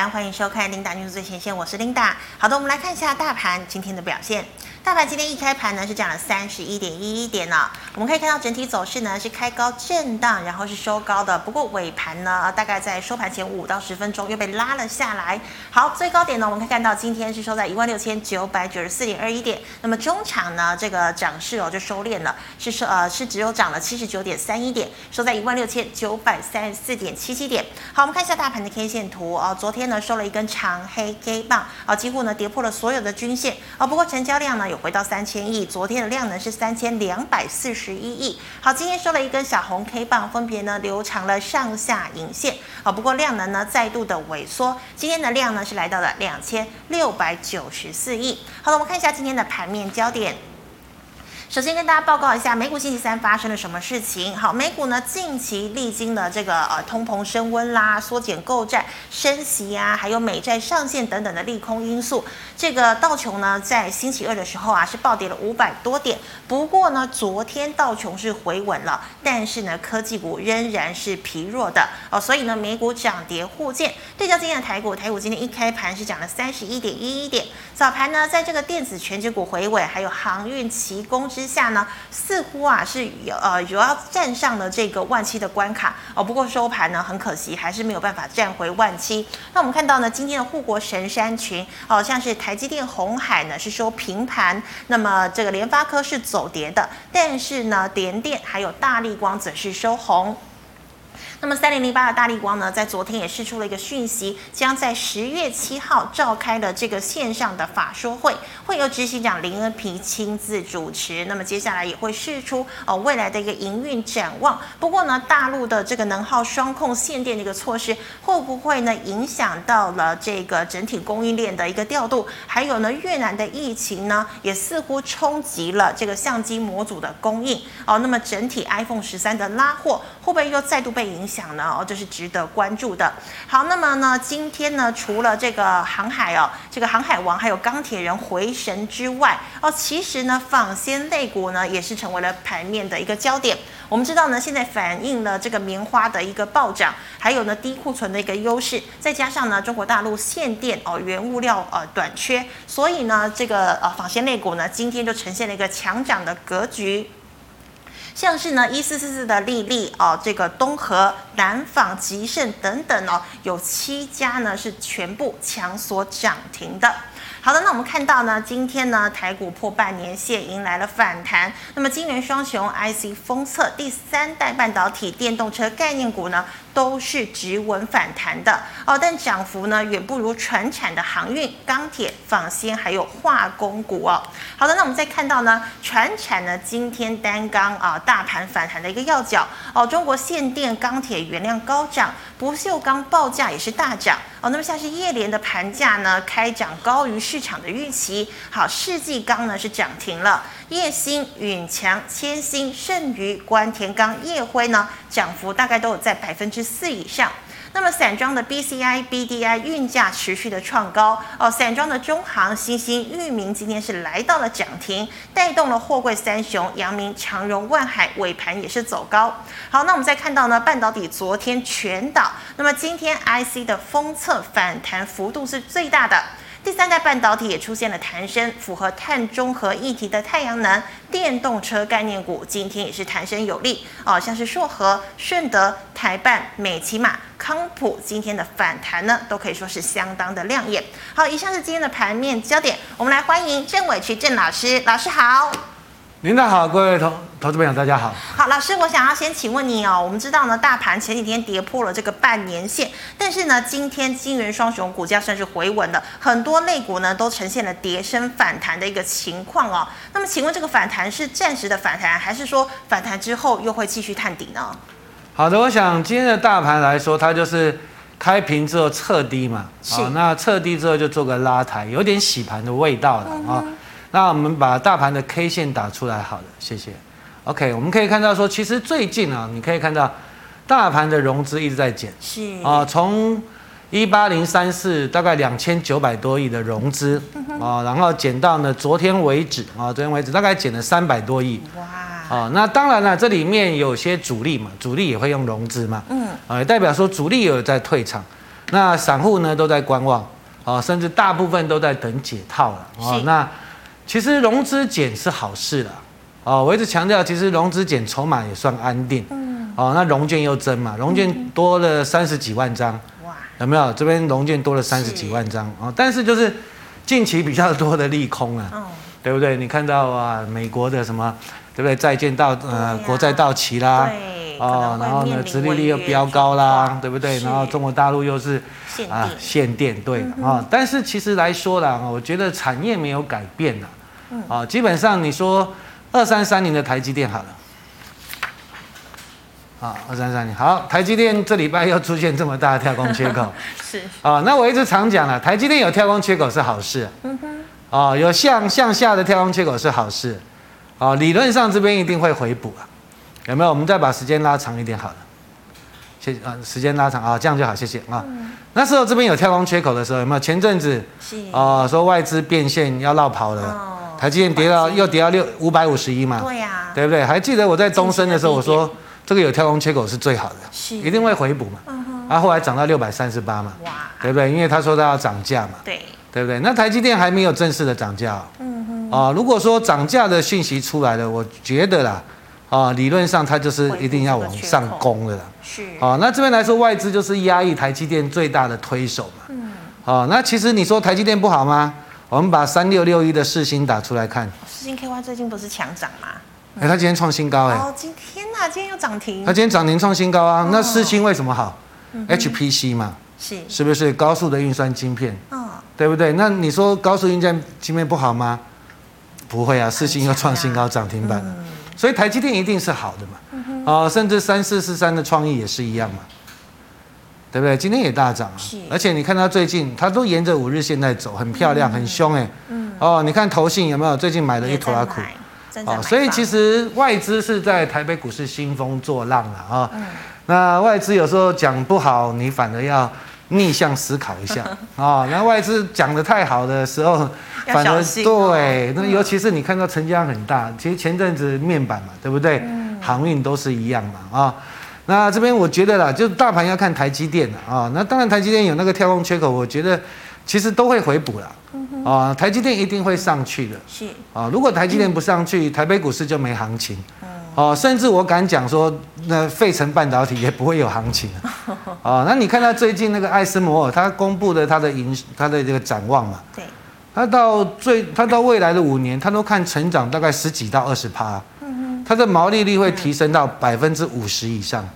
家欢迎收看《琳达 news 最前线》，我是琳达。好的，我们来看一下大盘今天的表现。大盘今天一开盘呢是涨了三十一点一一点呢、我们可以看到整体走势呢是开高震荡，然后是收高的。不过尾盘呢，呃大概在收盘前五到十分钟又被拉了下来。好，最高点呢，我们可以看到今天是收在一万六千九百九十四点二一点。那么中场呢，这个涨势哦就收敛了，是收呃是只有涨了七十九点三一点，收在一万六千九百三十四点七七点。好，我们看一下大盘的 K 线图哦，昨天呢收了一根长黑 K 棒哦，几乎呢跌破了所有的均线哦。不过成交量呢有回到三千亿，昨天的量呢是三千两百四十一亿。好，今天收了一根小红 K 棒，分别呢留长了上下影线哦。不过量能呢再度的萎缩，今天的量呢是来到了两千六百九十四亿。好了，我们看一下今天的盘面焦点。首先跟大家报告一下美股星期三发生了什么事情。好，美股呢近期历经了这个呃通膨升温啦、缩减购债、升息啊，还有美债上限等等的利空因素。这个道琼呢在星期二的时候啊是暴跌了五百多点，不过呢昨天道琼是回稳了，但是呢科技股仍然是疲弱的哦，所以呢美股涨跌互见。对照今天的台股，台股今天一开盘是涨了三十一点一一点，早盘呢在这个电子全指股回稳，还有航运奇工之。之下呢，似乎啊是有呃有要站上了这个万七的关卡哦。不过收盘呢，很可惜还是没有办法站回万七。那我们看到呢，今天的护国神山群哦，像是台积电、红海呢是收平盘，那么这个联发科是走跌的，但是呢，联电还有大力光则是收红。那么三零零八的大力光呢，在昨天也释出了一个讯息，将在十月七号召开了这个线上的法说会，会由执行长林恩平亲自主持。那么接下来也会释出呃未来的一个营运展望。不过呢，大陆的这个能耗双控限电的一个措施，会不会呢影响到了这个整体供应链的一个调度？还有呢，越南的疫情呢，也似乎冲击了这个相机模组的供应哦。那么整体 iPhone 十三的拉货，会不会又再度被影？想呢，哦，这是值得关注的。好，那么呢，今天呢，除了这个航海哦，这个航海王还有钢铁人回神之外，哦，其实呢，纺线类股呢也是成为了盘面的一个焦点。我们知道呢，现在反映了这个棉花的一个暴涨，还有呢低库存的一个优势，再加上呢中国大陆限电哦，原物料呃短缺，所以呢，这个呃纺线类股呢今天就呈现了一个强涨的格局。像是呢一四四四的丽丽哦，这个东河、南纺、吉盛等等哦，有七家呢是全部强所涨停的。好的，那我们看到呢，今天呢台股破半年线，迎来了反弹。那么金元双雄、IC 封测、第三代半导体、电动车概念股呢，都是直稳反弹的哦，但涨幅呢远不如船产的航运、钢铁、纺纤还有化工股哦。好的，那我们再看到呢，船产呢今天单钢啊大盘反弹的一个要角哦，中国限电、钢铁原料高涨，不锈钢报价也是大涨哦。那么像是夜联的盘价呢开涨高于市场的预期，好，世纪钢呢是涨停了，叶星、允强、千星、盛宇、关田钢、叶辉呢涨幅大概都有在百分之四以上。那么散装的 BCI、BDI 运价持续的创高哦，散装的中航、新兴、裕民今天是来到了涨停，带动了货柜三雄、阳明、长荣、万海尾盘也是走高。好，那我们再看到呢，半导体昨天全倒，那么今天 IC 的封测反弹幅度是最大的。第三代半导体也出现了弹升，符合碳中和议题的太阳能、电动车概念股今天也是弹升有力哦，像是硕和、顺德、台办、美骑马、康普今天的反弹呢，都可以说是相当的亮眼。好，以上是今天的盘面焦点，我们来欢迎郑伟渠郑老师，老师好。领导好，各位投投资朋友，大家好。好，老师，我想要先请问你哦，我们知道呢，大盘前几天跌破了这个半年线，但是呢，今天金元双雄股价算是回稳了，很多类股呢都呈现了跌升反弹的一个情况哦。那么，请问这个反弹是暂时的反弹，还是说反弹之后又会继续探底呢？好的，我想今天的大盘来说，它就是开平之后测低嘛，是好、那测低之后就做个拉抬，有点洗盘的味道了啊、那我们把大盘的 K 线打出来，好了，谢谢。OK，我们可以看到说，其实最近啊，你可以看到大盘的融资一直在减。是啊，从一八零三四大概两千九百多亿的融资啊，然后减到呢昨天为止啊，昨天为止大概减了三百多亿哇，啊。那当然了，这里面有些主力嘛，主力也会用融资嘛，嗯，啊，也代表说主力也有在退场。那散户呢都在观望，哦，甚至大部分都在等解套了。哦是，那其实融资减是好事了。哦，我一直强调，其实融资减筹码也算安定。嗯，哦，那融券又增嘛，融券多了三十几万张，哇，有没有？这边融券多了三十几万张哦，但是就是近期比较多的利空啊，嗯，对不对？你看到啊，美国的什么，对不对？债券到呃、对啊国债到期啦，对，哦可能会然后面呢，临殖利率又违约飙高状啦况，对不对？是然后中国大陆又是限嗯啊定，限电，对啊、哦但是其实来说啦，哦我觉得产业没有改变啦，嗯啊、基本上你说二三三零的台积电好了。啊，二三三零好，台积电这礼拜又出现这么大的跳空缺口，是，啊、那我一直常讲了，台积电有跳空缺口是好事，嗯哼，啊、有向向下的跳空缺口是好事，啊、理论上这边一定会回补啊，有没有？我们再把时间拉长一点好了，谢啊、时间拉长啊、这样就好，谢谢啊、嗯那时候这边有跳空缺口的时候，有没有？前阵子是，啊、说外资变现要绕跑了，哦台积电跌到环境又跌到六五百五十一嘛，对呀，对不对？还记得我在东升的时候，我近期的低点说这个有跳空缺口是最好的，是一定会回补嘛，嗯哼，啊，后来涨到六百三十八嘛。哇，对不对？因为他说他要涨价嘛，对，对不对？那台积电还没有正式的涨价哦嗯哼，啊、如果说涨价的讯息出来了，我觉得啦，啊、理论上它就是一定要往上攻的啦。是，啊、那这边来说，外资就是压抑台积电最大的推手嘛。嗯，啊、那其实你说台积电不好吗？我们把三六六一的市星打出来看，世金 KY 最近不是强涨吗？哎、它今天创新高哎、哦，今天呐，今天又涨停它，今天涨停创新高啊。那哦嗯市星为什么好、h p c 嘛，是，是不是高速的运算晶片？嗯，对不对？那你说高速运算晶片不好吗？不会啊，四星又创新高涨停板嗯了，所以台积电一定是好的嘛。哦、甚至三四四三的创意也是一样嘛，对不对？今天也大涨啊是，而且你看它最近，它都沿着五日线在走，很漂亮，很凶哎、嗯哦，你看投信有没有？最近买了一也坨在拉苦。买，正在哦，买所以房其实外资是在台北股市兴风作浪了啊、哦嗯那外资有时候讲不好，你反而要逆向思考 一下啊、那外资讲的太好的时候，要反而小心哦对，那尤其是你看到成交量很大，其实前阵子面板嘛，对不对？嗯航运都是一样嘛啊、那这边我觉得啦，就是大盘要看台积电啦啊、那当然台积电有那个跳空缺口，我觉得其实都会回补啦嗯啊、台积电一定会上去的。是啊，如果台积电不上去，台北股市就没行情。哦，甚至我敢讲说，那费城半导体也不会有行情啊。哦，那你看到最近那个艾斯摩尔，他公布的他的营他的这个展望嘛，对，他到最他到未来的五年，他都看成长大概十几到二十趴，他的毛利率会提升到百分之五十以上，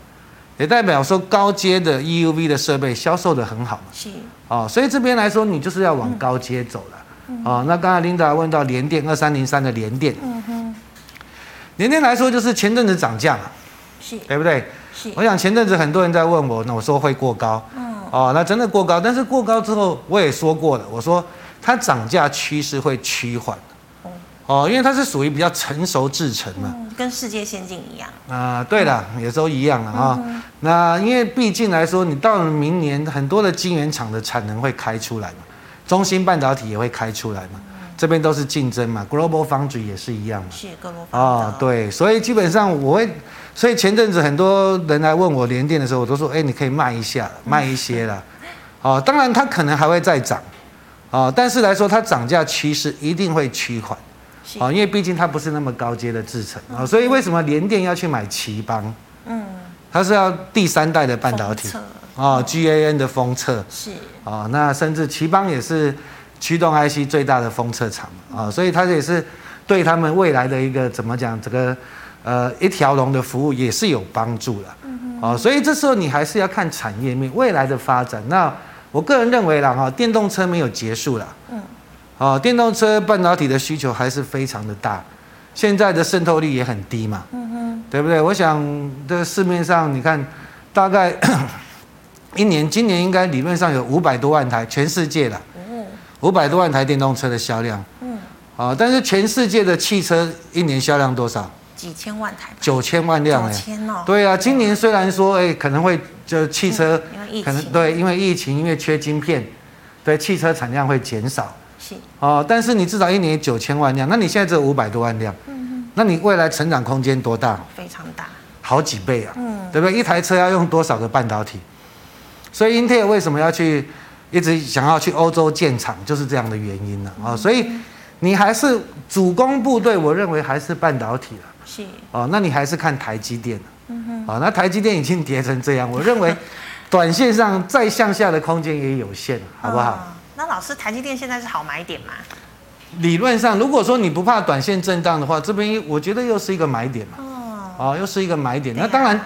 也代表说高阶的 EUV 的设备销售的很好嘛。是，哦，所以这边来说，你就是要往高阶走了。哦，那刚才 Linda 问到联电二三零三的联电，嗯哼，联电来说就是前阵子涨价嘛，是对不对？是，我想前阵子很多人在问我，那我说会过高，嗯，哦，那真的过高，但是过高之后我也说过了，我说它涨价趋势会趋缓哦，哦，因为它是属于比较成熟制成嘛。嗯跟世界先进一样，啊、对了，也都一样了啊、那因为毕竟来说，你到了明年，很多的晶圆厂的产能会开出来嘛，中芯半导体也会开出来嘛，这边都是竞争嘛，Global Foundry 也是一样嘛。是各路啊、对，所以基本上我会，所以前阵子很多人来问我联电的时候，我都说，哎、你可以卖一下，卖一些啦。哦，当然它可能还会再涨，哦，但是来说它涨价趋势一定会趋缓。是哦，因为毕竟它不是那么高阶的制程啊、哦所以为什么联电要去买奇邦？嗯，它是要第三代的半导体封测啊、哦、，GAN 的封测是啊、哦，那甚至奇邦也是驱动 IC 最大的封测厂啊、哦所以它也是对他们未来的一个怎么讲，这个呃一条龙的服务也是有帮助的。哦，所以这时候你还是要看产业面未来的发展。那我个人认为啦，哈、电动车没有结束啦。嗯。哦，电动车半导体的需求还是非常的大，现在的渗透率也很低嘛。嗯哼。对不对？我想这市面上你看，大概一年，今年应该理论上有五百多万台，全世界的哦，五百多万台电动车的销量。嗯，啊，但是全世界的汽车一年销量多少？几千万台吧，九千万辆哎九。千哦，对啊，今年虽然说哎可能会就汽车嗯因为疫可能情对，因为疫情，因为缺晶片，对汽车产量会减少是哦。但是你至少一年九千万辆，那你现在只有五百多万辆，嗯那你未来成长空间多大？非常大，好几倍啊，嗯对不对？一台车要用多少个半导体？所以英特尔为什么要去一直想要去欧洲建厂，就是这样的原因了啊、哦。所以你还是主攻部队，我认为还是半导体了。是哦，那你还是看台积电嗯哼。哦，那台积电已经跌成这样，我认为短线上再向下的空间也有限，好不好？嗯那老师，台积电现在是好买点吗？理论上，如果说你不怕短线震荡的话，这边我觉得又是一个买点嘛，哦，哦，又是一个买点。对啊那当然，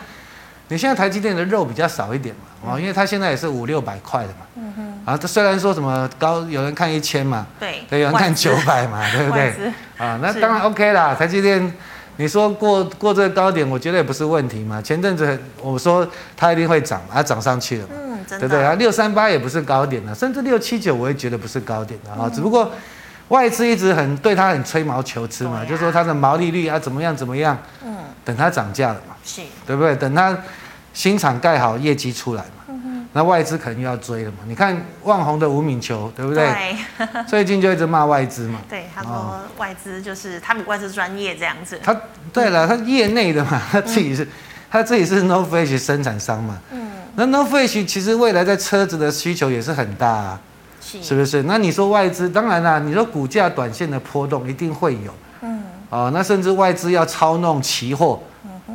你现在台积电的肉比较少一点嘛，哦，因为它现在也是五六百块的嘛，嗯哼，啊，这虽然说什么高，有人看一千嘛，对，对，有人看九百嘛，对不对？对？啊，那是当然 OK 啦，台积电，你说过过这个高点，我觉得也不是问题嘛。前阵子我说它一定会涨，它涨上去了嘛，嗯，真对的，不对？啊，六三八也不是高点啊，甚至六七九我也觉得不是高点的嗯啊，只不过外资一直很对它很吹毛求疵嘛，对啊就说它的毛利率啊怎么样怎么样，嗯，等它涨价了嘛，是，对不对？等它新厂盖好，业绩出来嘛，嗯哼，那外资可能又要追了嘛。你看万红的吴敏球，对不对？哦对？最近就一直骂外资嘛。对，他说外资就是他比外资专业这样子，他对嗯了，他业内的嘛，他自己是，他自己是 No Fish 生产商嘛。嗯，那 No Fish 其实未来在车子的需求也是很大、啊，是，是不是？那你说外资，当然啦、你说股价短线的波动一定会有嗯，哦，那甚至外资要操弄期货，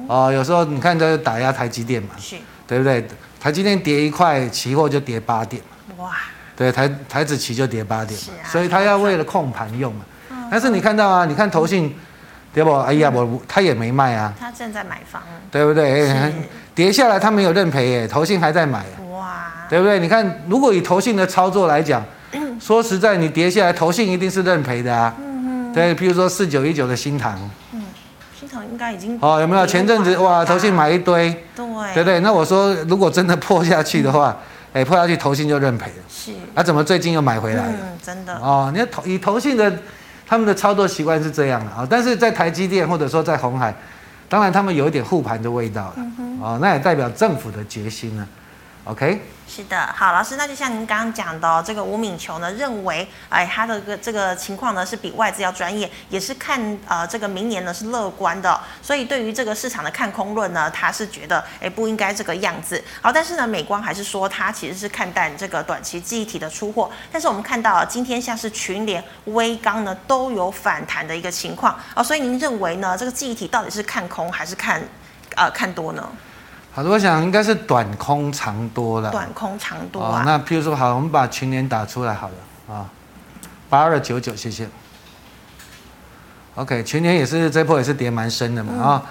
哦，有时候你看这打压台积电嘛，是，对不对？台积电跌一块，期货就跌八点嘛，哇，对，台台子期就跌八点嘛是，啊嗯所以他要为了控盘用嘛。但是你看到啊，你看投信，对不？哎呀，我他也没卖啊。他正在买房，对不对？哎是跌下来他没有认赔耶，投信还在买耶，哇，对不对？你看，如果以投信的操作来讲，说实在，你跌下来，投信一定是认赔的啊。对，譬如说四九一九的新塘，新塘应该已经哦，有没有？前阵子哇，投信买一堆，对对不对？那我说，如果真的破下去的话，哎，破下去投信就认赔了，是，啊，怎么最近又买回来了？嗯，真的，哦，你看投以投信的他们的操作习惯是这样的啊，但是在台积电或者说在红海，当然他们有一点护盘的味道了、哦，那也代表政府的决心了。OK，是的，好，老师，那就像您刚刚讲的、哦，这个吴敏球呢认为，哎，他的个这个情况呢是比外资要专业，也是看呃这个明年呢是乐观的哦、所以对于这个市场的看空论呢，他是觉得哎不应该这个样子。好，但是呢，美光还是说他其实是看淡这个短期记忆体的出货，但是我们看到、啊、今天像是群联、微刚呢都有反弹的一个情况哦，所以您认为呢这个记忆体到底是看空还是看呃看多呢？好的，我想应该是短空长多了。短空长多哦啊，，那譬如说好，我们把群联打出来好了啊，八二九九，谢谢。OK，群联也是这波也是跌蛮深的嘛嗯啊、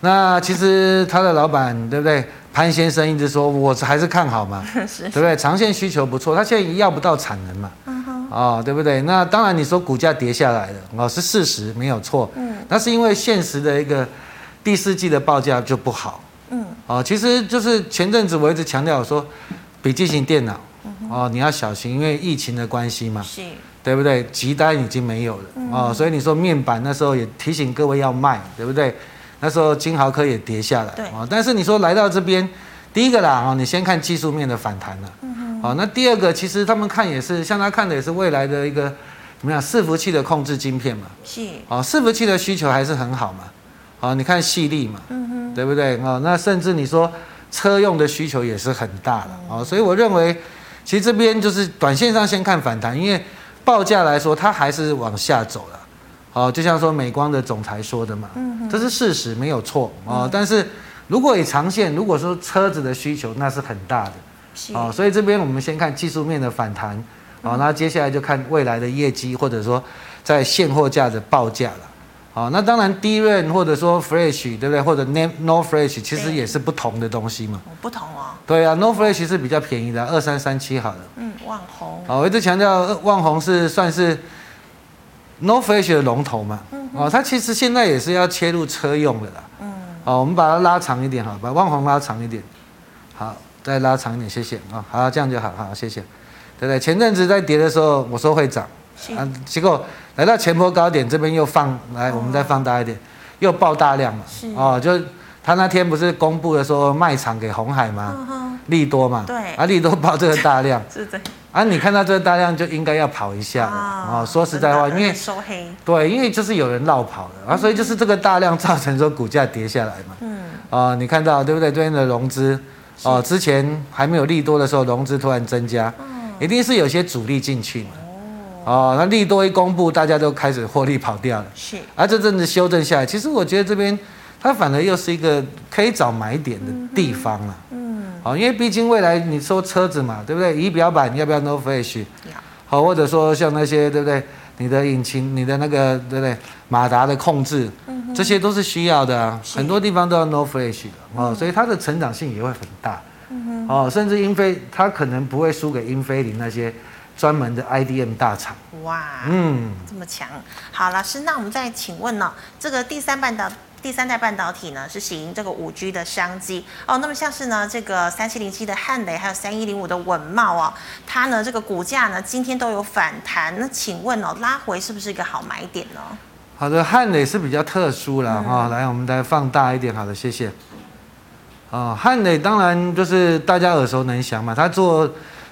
那其实他的老板对不对？潘先生一直说，我还是看好嘛。 是嗯对不对？长线需求不错，它现在要不到产能嘛，哦，对不对？那当然，你说股价跌下来了，哦，是事实，没有错，嗯，那是因为现实的一个第四季的报价就不好，嗯，哦，其实就是前阵子我一直强调说，笔记型电脑，哦，你要小心，因为疫情的关系嘛，是。对不对？急单已经没有了哦，所以你说面板那时候也提醒各位要卖，对不对？那时候金豪科也跌下来对哦，但是你说来到这边，第一个啦哦，你先看技术面的反弹了，哦，那第二个其实他们看也是，像他看的也是未来的一个怎么样伺服器的控制晶片嘛，是，哦，伺服器的需求还是很好嘛，哦，你看细粒嘛，嗯哼，对不对？哦，那甚至你说车用的需求也是很大的嗯哦，所以我认为，其实这边就是短线上先看反弹，因为报价来说它还是往下走了。哦，就像说美光的总裁说的嘛，嗯这是事实，没有错哦。但是如果以长线，如果说车子的需求那是很大的是，嗯哦，所以这边我们先看技术面的反弹，哦，那接下来就看未来的业绩或者说在现货价的报价了。好，那当然低润或者说 Fresh 对不对？或者 N No Fresh 其实对也是不同的东西嘛。哦不同哦，对啊，No Fresh 是比较便宜的，二三三七好了。嗯，网红，好，我一直强调呃万红是算是 No Fresh 的龙头嘛。哦，它其实现在也是要切入车用的啦。嗯，哦，我们把它拉长一点好了，把万红拉长一点。好，再拉长一点，谢谢啊、好，这样就好，好，谢谢。对不对？前阵子在跌的时候，我说会涨。是，啊，结果来到前波高点这边又放，来我们再放大一点，又爆大量了是。哦，就他那天不是公布了说卖场给红海吗？嗯哼，利多嘛，对啊，利多爆这个大量是的，啊，你看到这个大量就应该要跑一下了。啊哦，说实在话，真因的为收黑，对，因为就是有人绕跑了啊，所以 就是这个大量造成说股价跌下来嘛。哦嗯，啊、你看到对不对？这边的融资哦，之前还没有利多的时候，融资突然增加，嗯一定是有些主力进去嘛。哦，那利多一公布，大家都开始获利跑掉了。是而啊这阵子修正下来，其实我觉得这边它反而又是一个可以找买点的地方了。嗯，好，因为毕竟未来你说车子嘛，对不对？仪表板要不要 No Flash？要好，或者说像那些对不对？你的引擎、你的那个对不对？马达的控制，这些都是需要的、啊，是很多地方都要 No Flash 的哦，所以它的成长性也会很大。哦，甚至英菲它可能不会输给英菲林那些专门的 IDM 大厂。哇，嗯。这么强。好，老师，那我们再请问呢、这个第三半导第三代半导体呢是喜迎这个五 G 的商机哦。那么像是呢这个三七零七的汉雷，还有三一零五的稳茂哦，它呢这个股价呢今天都有反弹。那请问哦，拉回是不是一个好买点哦呢？好的，汉磊是比较特殊嗯了哈、来，我们再放大一点，好的，谢谢。哦，汉磊当然就是大家耳熟能详嘛，他做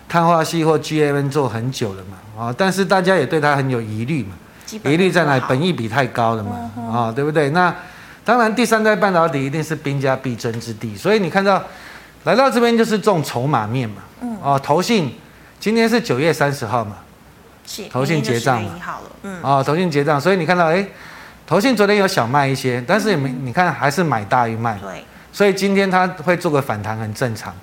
碳化系或 GMN 做很久了嘛，哦，但是大家也对他很有疑虑嘛，基本疑虑在哪面？里不好嗯本益比太高了嘛，啊、对不对？那当然，第三代半导体一定是兵家必争之地，所以你看到来到这边就是重筹码面嘛，嗯哦，投信今天是九月三十号嘛，是投信结账明嘛天就11好了，嗯，啊、投信结账，所以你看到哎，诶投信昨天有小卖一些，但是也没，你看还是买大于卖，对，所以今天它会做个反弹很正常，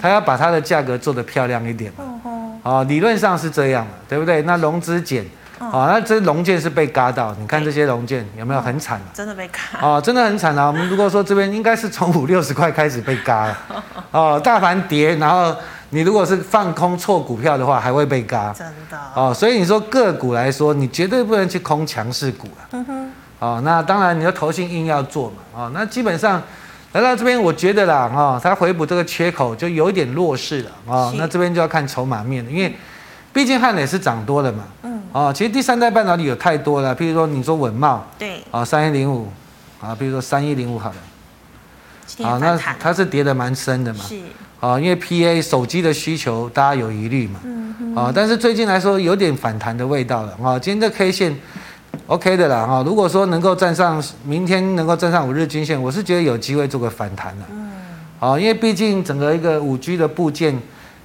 它要把它的价格做得漂亮一点嘛，嗯哼，哦哦，理论上是这样嘛，对不对？那融资减，哦，那这融件是被嘎到，你看这些融件有没有很惨 啊？真的被卡，哦，真的很惨啊！我们如果说这边应该是从五六十块开始被嘎了，哦，大盘跌，然后你如果是放空错股票的话，还会被嘎，真的，哦，所以你说个股来说，你绝对不能去空强势股啊。嗯哼，哦，那当然你的投信硬要做嘛。哦，那基本上来到这边，我觉得啦，哦，它回补这个缺口就有一点弱势了。哦是，那这边就要看筹码面了，因为毕竟汉磊是涨多了嘛。嗯。哦，其实第三代半导体有太多了，譬如说你说稳茂，对，啊、哦，三一零五，啊，譬如说三一零五好了，今啊、天那反弹了，它是跌得蛮深的嘛。是啊，因为 PA 手机的需求大家有疑虑嘛，嗯啊，但是最近来说有点反弹的味道了啊，今天这 K 线 OK 的啦啊，如果说能够站上明天能够站上五日均线，我是觉得有机会做个反弹了，嗯啊，因为毕竟整个一个五 G 的部件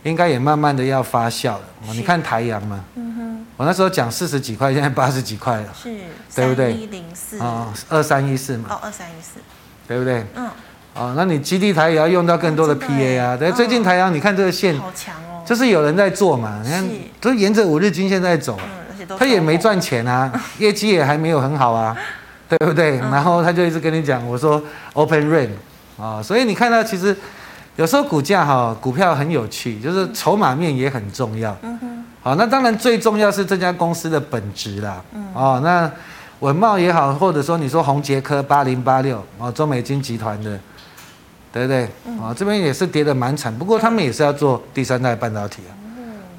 应该也慢慢的要发酵了，啊你看台阳嘛，嗯我那时候讲四十几块，现在八十几块了，是，对不对一零四，啊哦，，二三一四嘛，二三一四，对不对？嗯，啊，那你基地台也要用到更多的真的耶 PA 啊，对，嗯最近台阳你看这个线。好强哦，就是有人在做嘛，你看是都沿着五日均线在走，嗯，而且都他也收没红，赚 钱啊，业绩也还没有很好啊，对不对？嗯然后他就一直跟你讲，我说 open rain 啊、所以你看到其实有时候股价哈，股票很有趣，就是筹码面也很重要。嗯哼，好，那当然最重要是这家公司的本质啦。哦，那文茂也好，或者说你说宏杰科八零八六哦，中美金集团的，对不对？哦，这边也是跌得蛮惨，不过他们也是要做第三代半导体啊。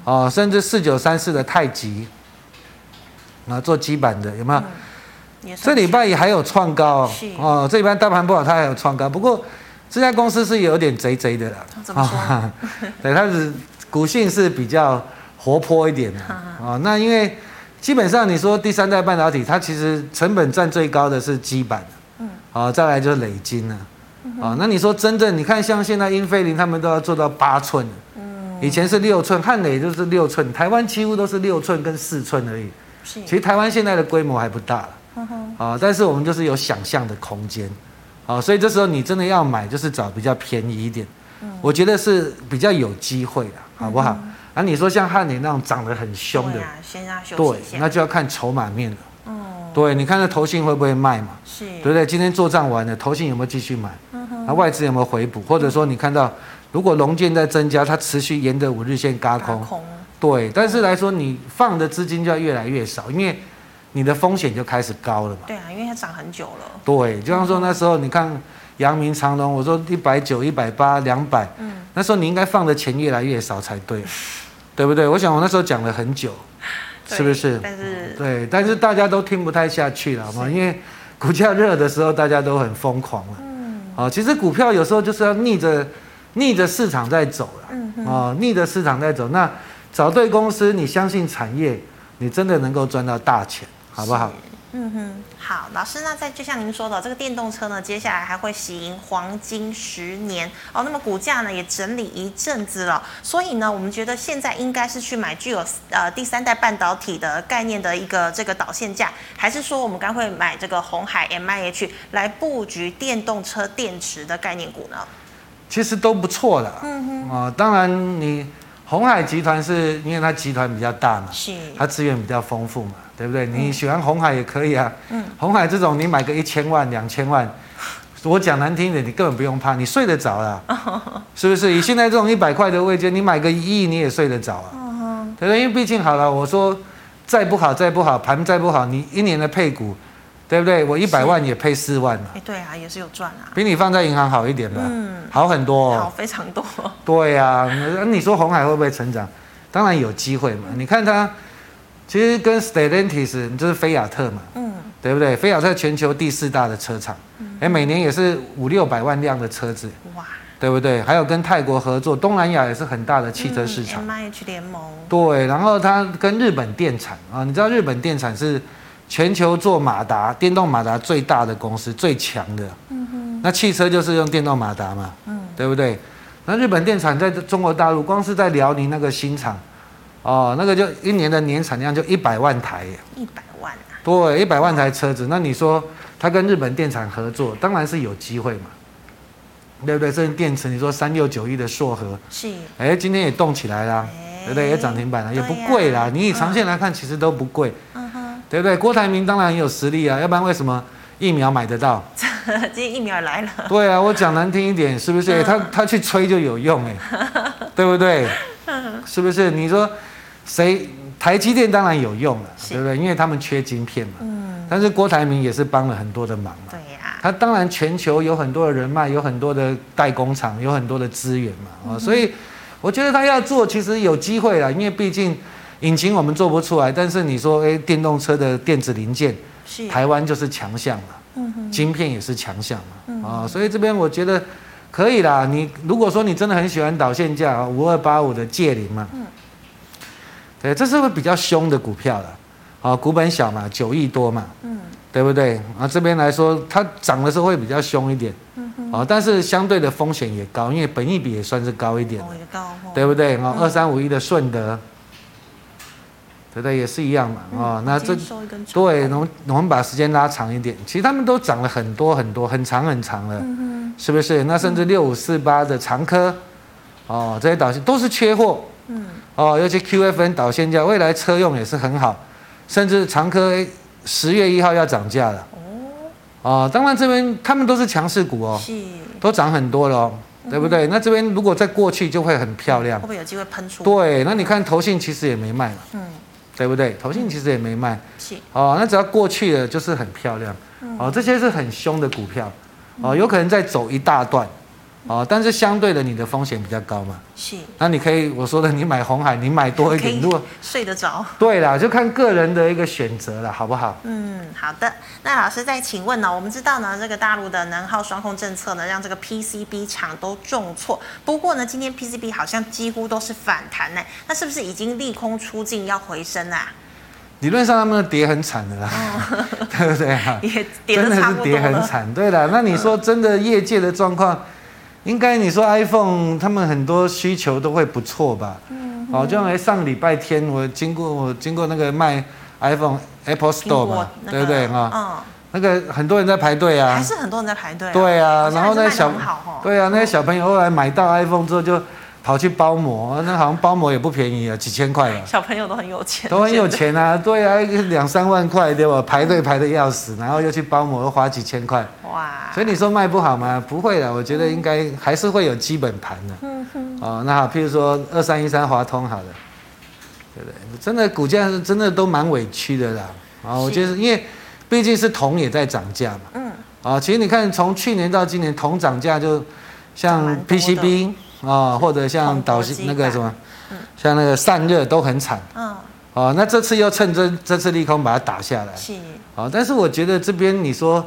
哦，甚至四九三四的太极，然后做基板的有没有？也算这礼拜也还有创高哦是哦，这礼拜大盘不好，它还有创高。不过这家公司是有点贼贼的啦哦，怎么说啊 对，它是股性是比较活泼一点的哦。那因为基本上你说第三代半导体，它其实成本占最高的是基板，嗯，哦，再来就是磊晶了。嗯哦，那你说真正你看，像现在英菲林他们都要做到八寸，嗯，以前是六寸，汉磊就是六寸，台湾几乎都是六寸跟四寸而已。是其实台湾现在的规模还不大了，嗯啊、但是我们就是有想象的空间，啊、所以这时候你真的要买，就是找比较便宜一点，嗯我觉得是比较有机会的，好不好？啊，你说像汉磊那种涨得很凶的对，啊，先让他休息对一，下。那就要看筹码面了。嗯对，你看那投信会不会卖嘛？是对不对？今天做账完了，投信有没有继续买？嗯那外资有没有回补？或者说你看到，如果龙建在增加，它持续沿着五日线嘎打空，空，对，但是来说，你放的资金就要越来越少，因为你的风险就开始高了嘛。对啊，因为它涨很久了，对，就像说那时候你看阳明长隆，我说一百九、一百八、两百，嗯那时候你应该放的钱越来越少才对，对不对？我想我那时候讲了很久，对是不是？但是对，但是大家都听不太下去了嘛，因为股价热的时候大家都很疯狂了。嗯，哦，其实股票有时候就是要逆着逆着市场在走了。嗯，哦，逆着市场在走，那找对公司，你相信产业，你真的能够赚到大钱，好不好？是嗯哼，好，老师，那在就像您说的，这个电动车呢，接下来还会喜迎黄金十年哦。那么股价呢也整理一阵子了，所以呢，我们觉得现在应该是去买具有呃第三代半导体的概念的一个这个导线价，还是说我们该会买这个红海 MIH 来布局电动车电池的概念股呢？其实都不错的。嗯哼。啊、当然你红海集团是因为它集团比较大嘛，是，它资源比较丰富嘛，对不对？你喜欢红海也可以啊。嗯。红海这种你买个一千万、两千万，我讲难听一点，你根本不用怕，你睡得着 啦、是不是？以现在这种一百块的位阶，你买个一亿你也睡得着啊。对不对？因为毕竟好了，我说再不好再不好，盘再不好，你一年的配股，对不对？我一百万也配四万嘛，哎，对啊，也是有赚啊，比你放在银行好一点吧，嗯好很多、哦好，。非常多，对呀、那你说红海会不会成长？当然有机会嘛。你看它，其实跟 Stellantis 就是菲亚特嘛，嗯，对不对？菲亚特全球第四大的车厂，哎，每年也是五六百万辆的车子，哇，对不对？还有跟泰国合作，东南亚也是很大的汽车市场。嗯 MIH 联盟，对，然后它跟日本电产啊，你知道日本电产是全球做马达、电动马达最大的公司，最强的。那汽车就是用电动马达嘛，对不对？那日本电产在中国大陆，光是在辽宁那个新厂，哦，那个就一年的年产量就一百万台耶，一百万啊，对，一百万台车子。那你说它跟日本电产合作，当然是有机会嘛，对不对？这电池，你说三六九一的硕和，是。 哎，今天也动起来啦，哎对不对？也涨停板了，也不对呀贵啦。你以长线来看，其实都不贵，嗯哼，对不对？郭台铭当然很有实力啊，要不然为什么疫苗买得 到？今天疫苗来了，对啊，我讲难听一点，是不是？嗯他他去吹就有用哎，对不对？嗯是不是？你说谁？台积电当然有用了，是对不对？因为他们缺晶片嘛。嗯，但是郭台铭也是帮了很多的忙嘛。对呀、他当然全球有很多的人脉，有很多的代工厂，有很多的资源嘛，啊、所以我觉得他要做其实有机会啦，因为毕竟引擎我们做不出来，但是你说，哎，电动车的电子零件，是，台湾就是强项嘛，嗯哼，嗯晶片也是强项嘛，啊、所以这边我觉得可以啦。你如果说你真的很喜欢导线价五二八五的界零嘛，嗯对，这是会比较凶的股票了，啊、股本小嘛，九亿多嘛，嗯对不对？啊，这边来说，它涨的时候会比较凶一点，嗯啊，但是相对的风险也高，因为本益比也算是高一点，我也到货，对不对？啊，嗯二三五一的顺德，对不对？也是一样嘛，啊、那今这天收一根长对，红，我们我们把时间拉长一点，其实他们都涨了很多很多，很长很长了，嗯是不是？那甚至六五四八的长科，哦，这些导线都是缺货，哼，嗯，哦，尤其 QFN 导线价，未来车用也是很好，甚至长科十月一号要涨价了。哦，哦，当然这边他们都是强势股哦，是，嗯都涨很多了、哦，对不对？那这边如果再过去就会很漂亮会不。会有机会喷出？，对，那你看投信其实也没卖嘛，嗯，对不对？投信其实也没卖是，哦，那只要过去了就是很漂亮嗯哦，这些是很凶的股票哦，有可能再走一大段哦，但是相对的你的风险比较高嘛。是，那你可以我说的，你买红海，你买多一可以点，如果 睡得着。对啦，就看个人的一个选择了，好不好？嗯，好的。那老师再请问哦呢？我们知道呢，这个大陆的能耗双控政策呢，让这个 PCB 厂都重挫。不过呢，今天 PCB 好像几乎都是反弹呢，那是不是已经利空出尽要回升啊啦、理论上他们的跌很惨的啦，哦 对不对啊？ 也跌真得的差是不多跌很了。惨。对了，那你说真的，业界的状况，应该你说 iPhone 他们很多需求都会不错吧？嗯哦，就像哎上礼拜天我经过我经过那个卖 iPhone Apple 苹 Store 果嘛，那对个，不对啊？嗯，那个很多人在排队啊还，是很多人在排队、对啊好，像然后那还些是卖得很小好哦，对啊，那些小朋友后来买到 iPhone 之后就跑去包膜，那好像包膜也不便宜啊，几千 块啊。小朋友都很有钱，都很有钱啊，对啊，一个两三万块对吧？排队排的要死，然后又去包膜，又花几千块，哇，所以你说卖不好吗？不会的，我觉得应该还是会有基本盘的。嗯哦，那好，譬如说二三一三华通好了，对不对？真的股价是真的都蛮委屈的啦。啊、我觉得因为毕竟是铜也在涨价嘛。嗯。啊、其实你看从去年到今年，铜涨价就涨蛮像多的 PCB 啊、或者像铜导箔线基那个板什么，像那个散热都很惨。嗯，哦，那这次又趁这这次利空把它打下来。是，哦，但是我觉得这边你说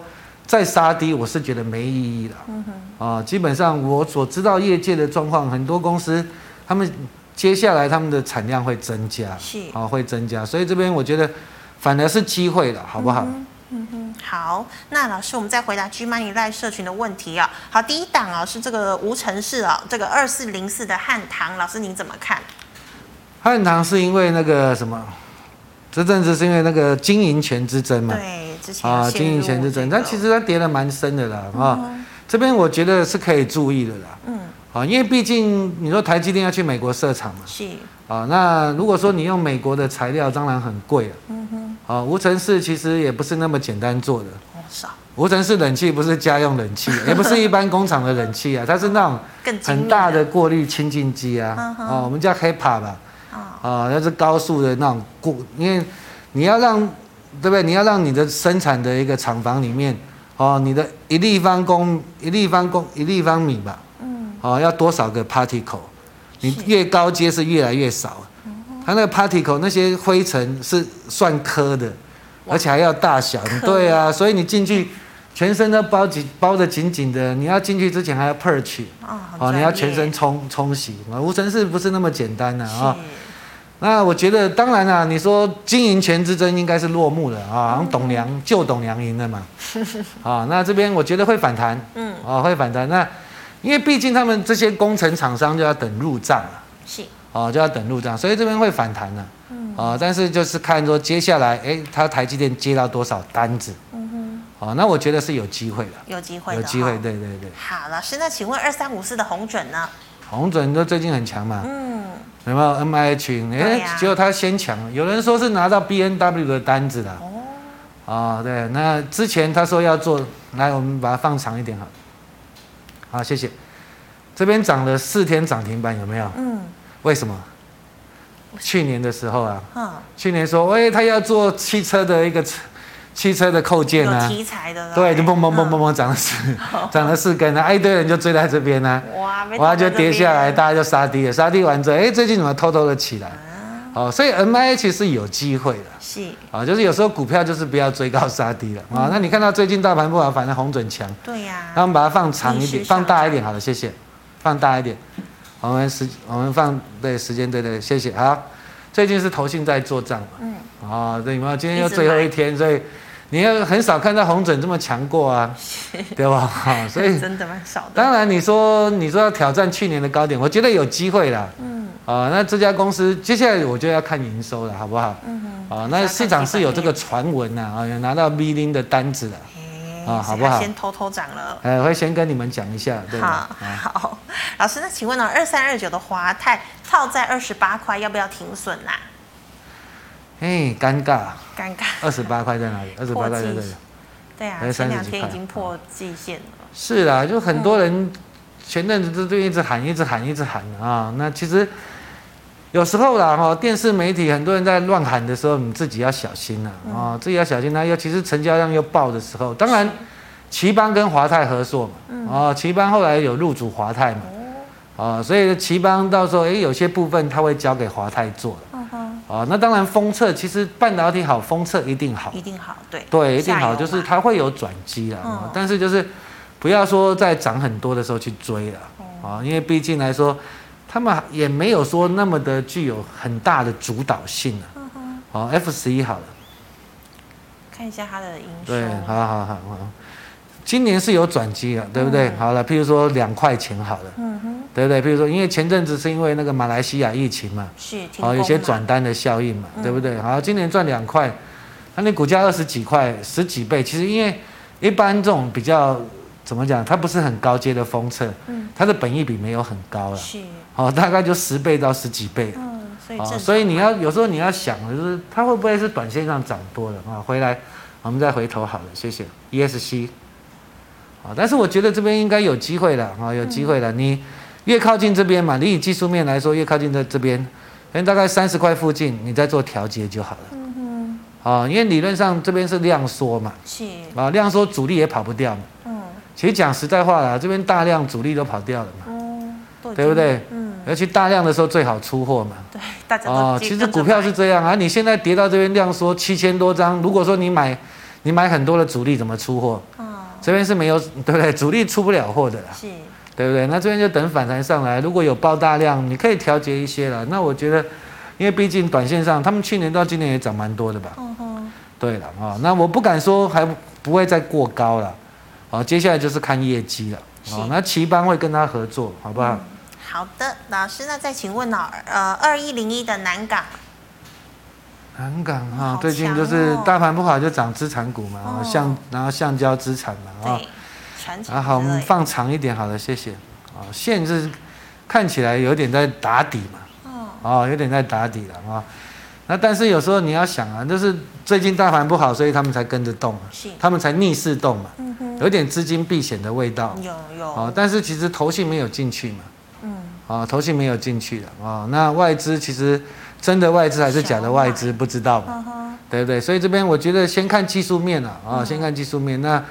再杀低，我是觉得没意义了。嗯哦，基本上我所知道业界的状况，很多公司他们接下来他们的产量会增加，是哦，会增加，所以这边我觉得反而是机会了，好不好？嗯嗯哼，好，那老师，我们再回答 G Money 赖社群的问题啊、好，第一档啊、是这个无尘市啊、这个二四零四的汉唐，老师您怎么看？汉唐是因为那个什么，这阵子是因为那个经营权之争嘛，对，之前嗯啊，陷入经营权之争，这但个其实它跌得蛮深的啦嗯啊、这边我觉得是可以注意的啦，嗯，啊，因为毕竟你说台积电要去美国设厂嘛，是啊，那如果说你用美国的材料，当然很贵了，嗯哼，啊，无尘室其实也不是那么简单做的，哦少无尘室冷气不是家用冷气，也不是一般工厂的冷气啊，它是那种更精密嗯很大的过滤清净机啊，哦，我们叫 HEPA 吧，哦啊、那是高速的那种过，因为你要让，对不对？你要让你的生产的一个厂房里面，哦，你的一立方公一立方公一立方米吧，嗯，哦，要多少个 particle？你是哦越高阶是越来越少，它那个 particle 那些灰尘是算颗的，而且还要大小，颗对啊，所以你进去。全身都包紧包得紧紧的，你要进去之前还要 purge，啊，哦，很你要专业全身冲冲洗啊，无尘室不是那么简单的啊、是那我觉得，当然啦、你说经营权之争应该是落幕了啊，好像董梁嗯旧董梁赢了嘛，啊，那这边我觉得会反弹，嗯，啊，会反弹。那因为毕竟他们这些工程厂商就要等入账了，是啊，就要等入账，所以这边会反弹了，嗯啊，但是就是看说接下来，哎，他台积电接到多少单子，嗯哼，啊，那我觉得是有机会的，有机会的，有机会，。对对对，好，老师，那请问二三五四的红准呢？红准都最近很强嘛，嗯，有没有 M I H？哎、对呀结果他先抢了，有人说是拿到 B N W 的单子啦。哦，哦，对，那之前他说要做，来我们把它放长一点好了。好，谢谢。这边涨了四天涨停板，有没有？嗯，为什么？去年的时候啊，哼，去年说，哎、他要做汽车的一个车汽车的扣件有啊，题材的了，对，就哎嘣嘣嘣嘣，嗯嘣涨了四，涨了四根啊，哎一堆人就追在这边啊。哇，被哇，打到就这跌边下来，，大家就杀低了，杀低完之后，哎，最近怎么偷偷的起来？啊哦，所以 M I H 是有机会的是，啊、就是有时候股票就是不要追高杀低了嗯啊、那你看到最近大盘不好，反正红准强，对呀，那我们把它放长一逆势点，上放大一点好了，谢谢，放大一点，我们时我们放对时间对对，谢谢好，最近是投信在做账嘛，嗯，啊、对，有没有？今天一又直最后买一天，所以你也很少看到红准这么强过啊，对吧？好，所 以真的蛮少的，当然，你说你说要挑战去年的高点，我觉得有机会啦。嗯。啊、那这家公司接下来我就要看营收了，好不好？嗯啊、那市场是有这个传闻呐，啊，有拿到 V 零的单子了，哎啊所好以不它好先偷偷涨了。哎，我会先跟你们讲一下，对啊好吧？好，老师，那请问呢、二三二九的华泰套在二十八块，要不要停损啦、哎，尴尬，尴尬，二十八块在哪里？二十破八纪块在这里。对啊，哎前两30天已块经破季线了，是啦，就很多人前阵子都都一直喊，一直喊，一直喊啊。那其实有时候啦，哈，电视媒体很多人在乱喊的时候，你自己要小心啦，啊，自己要小心啦。尤其是成交量又爆的时候，当然，齐邦跟华泰合作嘛，啊，齐邦后来有入主华泰嘛，啊，所以齐邦到时候诶，有些部分他会交给华泰做的，啊，那当然封测，其实半导体好，封测一定好一。定好，对对，一定下游好，嘛就是它会有转机啦、嗯但是就是不要说在涨很多的时候去追了哦啊、因为毕竟来说，他们也没有说那么的具有很大的主导性啊。嗯哦，F 十一好了，看一下它的营收，对，好好好好。今年是有转机了，对不对？好了，譬如说两块钱好了，嗯哼，对不对？譬如说，因为前阵子是因为那个马来西亚疫情嘛，是停好，有些工嘛嗯转单的效应嘛，对不对？好，今年赚两块，那你股价二十几块，十几倍，其实因为一般这种比较怎么讲，它不是很高阶的封测，嗯它的本益比没有很高了，是，好，大概就十倍到十几倍。嗯，所以好，正啊所以常你嘛要有时候你要想，就是它会不会是短线上涨多了啊？回来我们再回头好了，谢谢。ESC，好，啊但是我觉得这边应该有机会了啊，有机会嗯了。你越靠近这边嘛，你以技术面来说，越靠近这这边，可能大概三十块附近，你再做调节就好了。嗯啊，因为理论上这边是量缩嘛，是，啊，量缩主力也跑不掉嘛。嗯其实讲实在话啦，这边大量主力都跑掉了嘛，嗯，都已对经？不对？嗯，尤其大量的时候最好出货嘛。对，大家都哦，自己其实跟着股票买是这样啊，你现在跌到这边量缩七千多张，如果说你买，你买很多的主力怎么出货？啊、这边是没有，对不对？主力出不了货的啦，是对不对？那这边就等反弹上来，如果有爆大量，你可以调节一些了。那我觉得，因为毕竟短线上，他们去年到今年也涨蛮多的吧？嗯哼，对了啊，那我不敢说还不会再过高了，好，接下来就是看业绩了。是哦，那齐班会跟他合作，好不好？好的，老师，那再请问呢、呃，二一零一的南港，南港好啊，最近强就是哦大盘不好就涨资产股嘛，哦哦橡然后橡胶资产嘛啊，对，传承啊好，我们之类放长一点好了，谢谢。啊，现是看起来有点在打底嘛，嗯，哦，有点在打底了啊。那但是有时候你要想啊，就是最近大盘不好，所以他们才跟着动嘛，是，他们才逆势动嘛，嗯哼，有点资金避险的味道。有有，哦，但是其实投信没有进去嘛，嗯，啊，投信没有进去的啊、那外资其实真的外资还是假的外资不知道嘛，嗯哼，嗯对不对？所以这边我觉得先看技术面啊，啊，先看技术面，那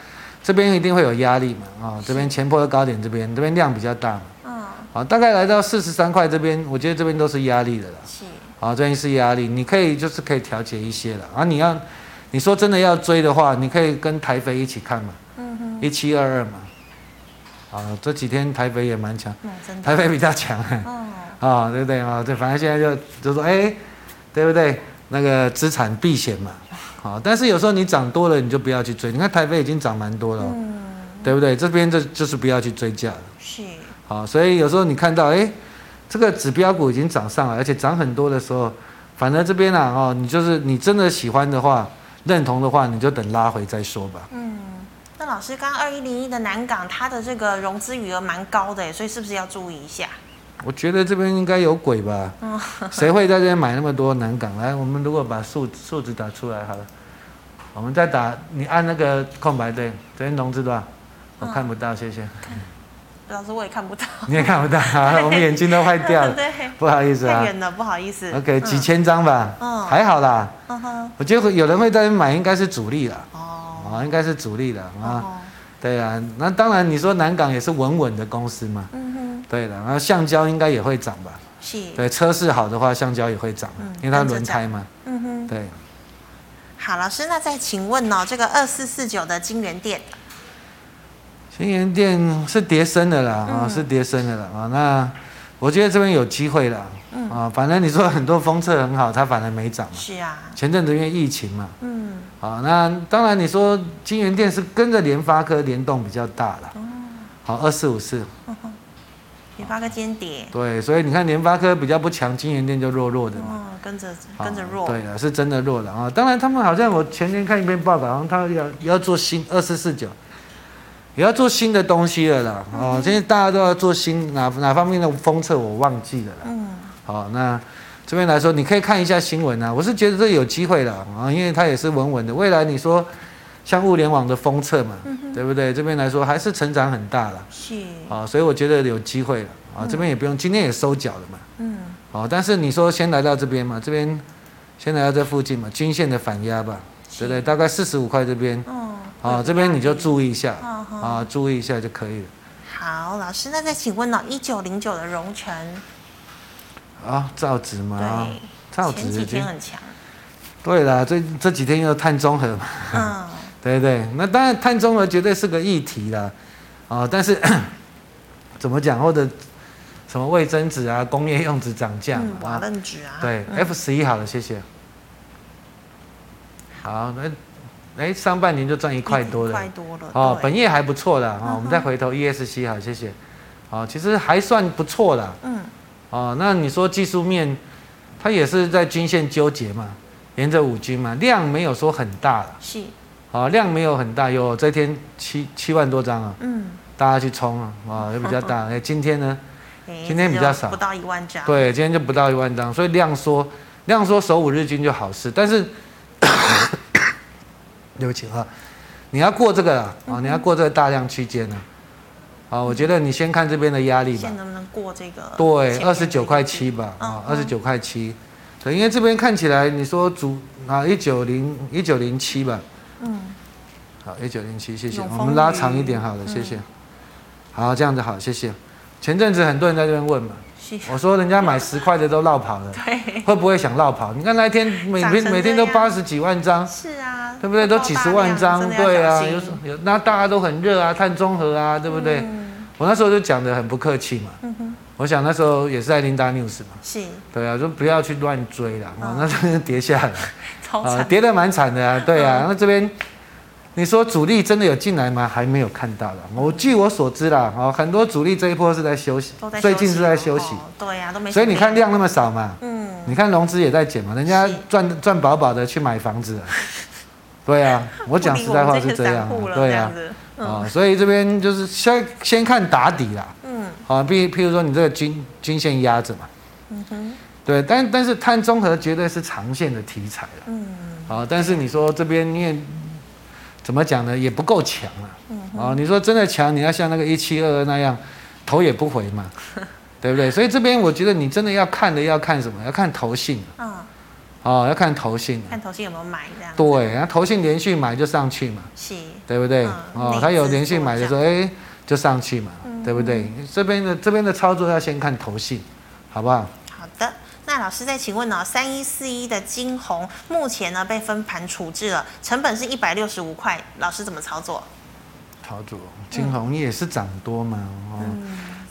这边一定会有压力嘛，啊，这边前波的高点这边，这边量比较大嘛，嗯，啊，大概来到四十三块这边，我觉得这边都是压力的啦，是，啊，这边是压力，你可以就是可以调节一些了，啊，你要你说真的要追的话，你可以跟台肥一起看嘛，嗯哼，一七二二嘛，啊，这几天台肥也蛮强，嗯，真的，台肥比较强。嗯， 啊、对不对啊、对，反正现在就就说，哎，对不对？那个资产避险嘛，好、但是有时候你涨多了，你就不要去追。你看台北已经涨蛮多了哦，嗯，对不对？这边就就是不要去追价了，是，好、所以有时候你看到，哎，这个指标股已经涨上来，而且涨很多的时候，反正这边啊，哦，你就是你真的喜欢的话，认同的话，你就等拉回再说吧。嗯，那老师，刚刚二一零一的南港，它的这个融资余额蛮高的耶，所以是不是要注意一下？我觉得这边应该有鬼吧？谁会在这边买那么多南港？来，我们如果把数数字打出来好了，我们再打，你按那个空白对，昨天融资多少？我看不到，谢谢。老师，我也看不到，你也看不到，我们眼睛都坏掉了， 对，不好意思太啊。远了，不好意思。 OK，嗯几，千张吧，嗯还好啦。嗯哼，我觉得有人会在这边买，应该是主力啦，哦，啊，应该是主力啦啊。哦，对啊，那当然你说南港也是稳稳的公司嘛，嗯哼，对的，然后橡胶应该也会涨吧。是，对，车市好的话，橡胶也会涨啊嗯，因为它轮胎嘛。嗯哼。对，好，老师，那再请问哦，这个二四四九的金源店，新源店是跌升的啦，啊、嗯是跌升的啦啊、那我觉得这边有机会啦，嗯啊、反正你说很多封测很好，它反而没涨嘛。是啊，前阵子因为疫情嘛，嗯，啊、那当然你说金源店是跟着联发科联动比较大啦。哦好，二四五四，联发科今天跌，对，所以你看联发科比较不强，金源店就弱弱的嘛。嗯，跟着跟着啊弱，对了，是真的弱了啊。当然，他们好像我前天看一篇报道，好像他要要做新二四四九，也要做新的东西了嗯啦。哦，现在大家都要做新哪哪方面的封测，我忘记了啦。嗯，好，那这边来说，你可以看一下新闻啊。我是觉得这有机会了啊，因为它也是稳稳的。未来你说像物联网的封测嘛，嗯对不对？这边来说还是成长很大了是，啊，所以我觉得有机会了啊。这边也不用，今天也收脚了嘛。嗯，哦，但是你说先来到这边嘛，这边先来到这附近嘛，均线的反压吧，对不对？大概四十五块这边，嗯，啊、这边你就注意一下，嗯哼啊、注意一下就可以了。好，老师，那再请问哦，一九零九的荣成，啊、造纸嘛，啊对，造纸前已几经天很 强，对啦，这这几天又碳中和嘛，嗯，对不对？那当然碳中和绝对是个议题啦，啊、但是 怎么讲，或者什么卫生纸啊、工业用纸涨价嘛嗯，瓦啊楞纸啊，对嗯，F 十一好了，谢谢。好，那哎，上半年就赚一块多一了块，多了，哦，对本业还不错的嗯啊，哼我们再回头 ESC 好，谢谢。哦，其实还算不错啦。嗯，哦，那你说技术面，它也是在均线纠结嘛，沿着五均嘛，量没有说很大了，是，哦，量没有很大，有这天七七万多张啊，嗯，大家去冲啊，啊，也比 较大。哎，今天呢，哎今天比较少不到一万张，对，今天就不到一万张，所以量缩，量缩守五日均就好事。但是， 对不起啊，你要过这个啦，啊，你要过这个大量区间呢，啊，我觉得你先看这边的压力吧现在，能不能过这个？对，二十九块七，吧，啊，二嗯十九块七，对，因为这边看起来你说主啊一九零一九零七吧，嗯，好，一九零七，谢谢。永丰我们拉长一点好了，谢谢。好，这样子好，谢谢。前阵子很多人在这边问嘛， 是，我说人家买十块的都绕跑了。对，会不会想绕跑？你看那一天每涨成这天样每天都八十几万张，是啊，对不对？都几十万张，对啊，有有那大家都很热嗯啊，碳中和啊，对对不对？我那时候就讲的很不客气嘛，嗯哼，我想那时候也是在 Linda News 嘛，是对啊，就不要去乱追了，嗯 啊，那真是跌下来，超啊，惨。嗯跌得蛮惨的啊，对啊。那这边你说主力真的有进来吗？还没有看到了。我据我所知啦，哦，很多主力这一波是在休息都在，最近是在休哦息，对呀、都没。所以你看，量那么少嘛，嗯，你看融资也在减嘛，人家是赚赚饱饱的去买房子了。对啊，我讲实在话是这样不理我们这些散户啊，了这对啊样，子，啊，所以这边就是先先看打底啦，嗯啊，譬譬如说你这个均均线压着嘛，嗯哼，对，但但是碳中和绝对是长线的题材了。嗯好，但是你说这边因为怎么讲呢，也不够强啊。嗯哦，你说真的强，你要像那个一七二二那样，头也不 回嘛，对不对？所以这边我觉得你真的要看的要看什么？要看投信嗯，哦，要看投信。看投信有没有买这样。对，然后投信连续买就上去嘛，是，对不对？嗯内哦资，它有连续买的时候，哎，就上去嘛，嗯对不对？这边的这边的操作要先看投信，好不好？好的。那老师再请问哦，三一四一的金红目前呢被分盘处置了，成本是一百六十五块，老师怎么操作？陶主，金红也是涨多嘛，哦，嗯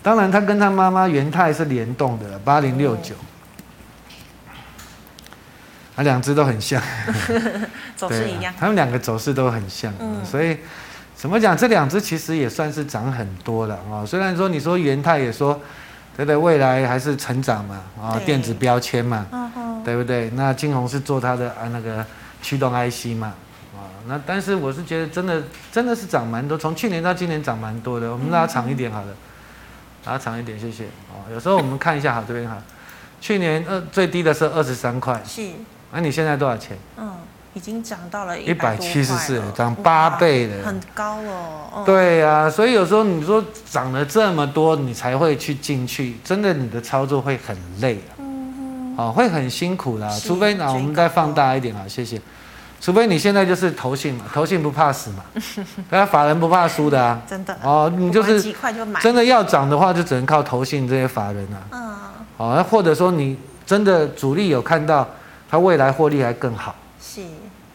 当然他跟他妈妈元泰是联动的，八零六九，啊，两只都很像，走势对啊一样，他们两个走势都很像，啊嗯所以怎么讲，这两只其实也算是涨很多了啊、哦，虽然说你说元泰也说，对不对？未来还是成长嘛，啊、对电子标签嘛，嗯哼，对不对？那金红是做它的啊那个驱动 IC 嘛，啊，那但是我是觉得真的真的是涨蛮多，从去年到今年涨蛮多的。我们拉长一点好了，拉长一点，谢谢。哦，有时候我们看一下，好这边好，去年二最低的是二十三块，是，那、你现在多少钱？嗯，已经涨到了一百七十四，涨八八倍了很。高哦。嗯，对呀、所以有时候你说涨了这么多，你才会去进去，真的你的操作会很累啊。嗯哦，会很辛苦啦，是除非追啊，高我们再放大一点啊，谢谢。除非你现在就是投信嘛，投信不怕死嘛， 那法人不怕输的啊。哼，真的，哦，你就不管是几块就买，真的要涨的话，就只能靠投信这些法人啊。嗯，哦，那或者说你真的主力有看到它未来获利还更好是，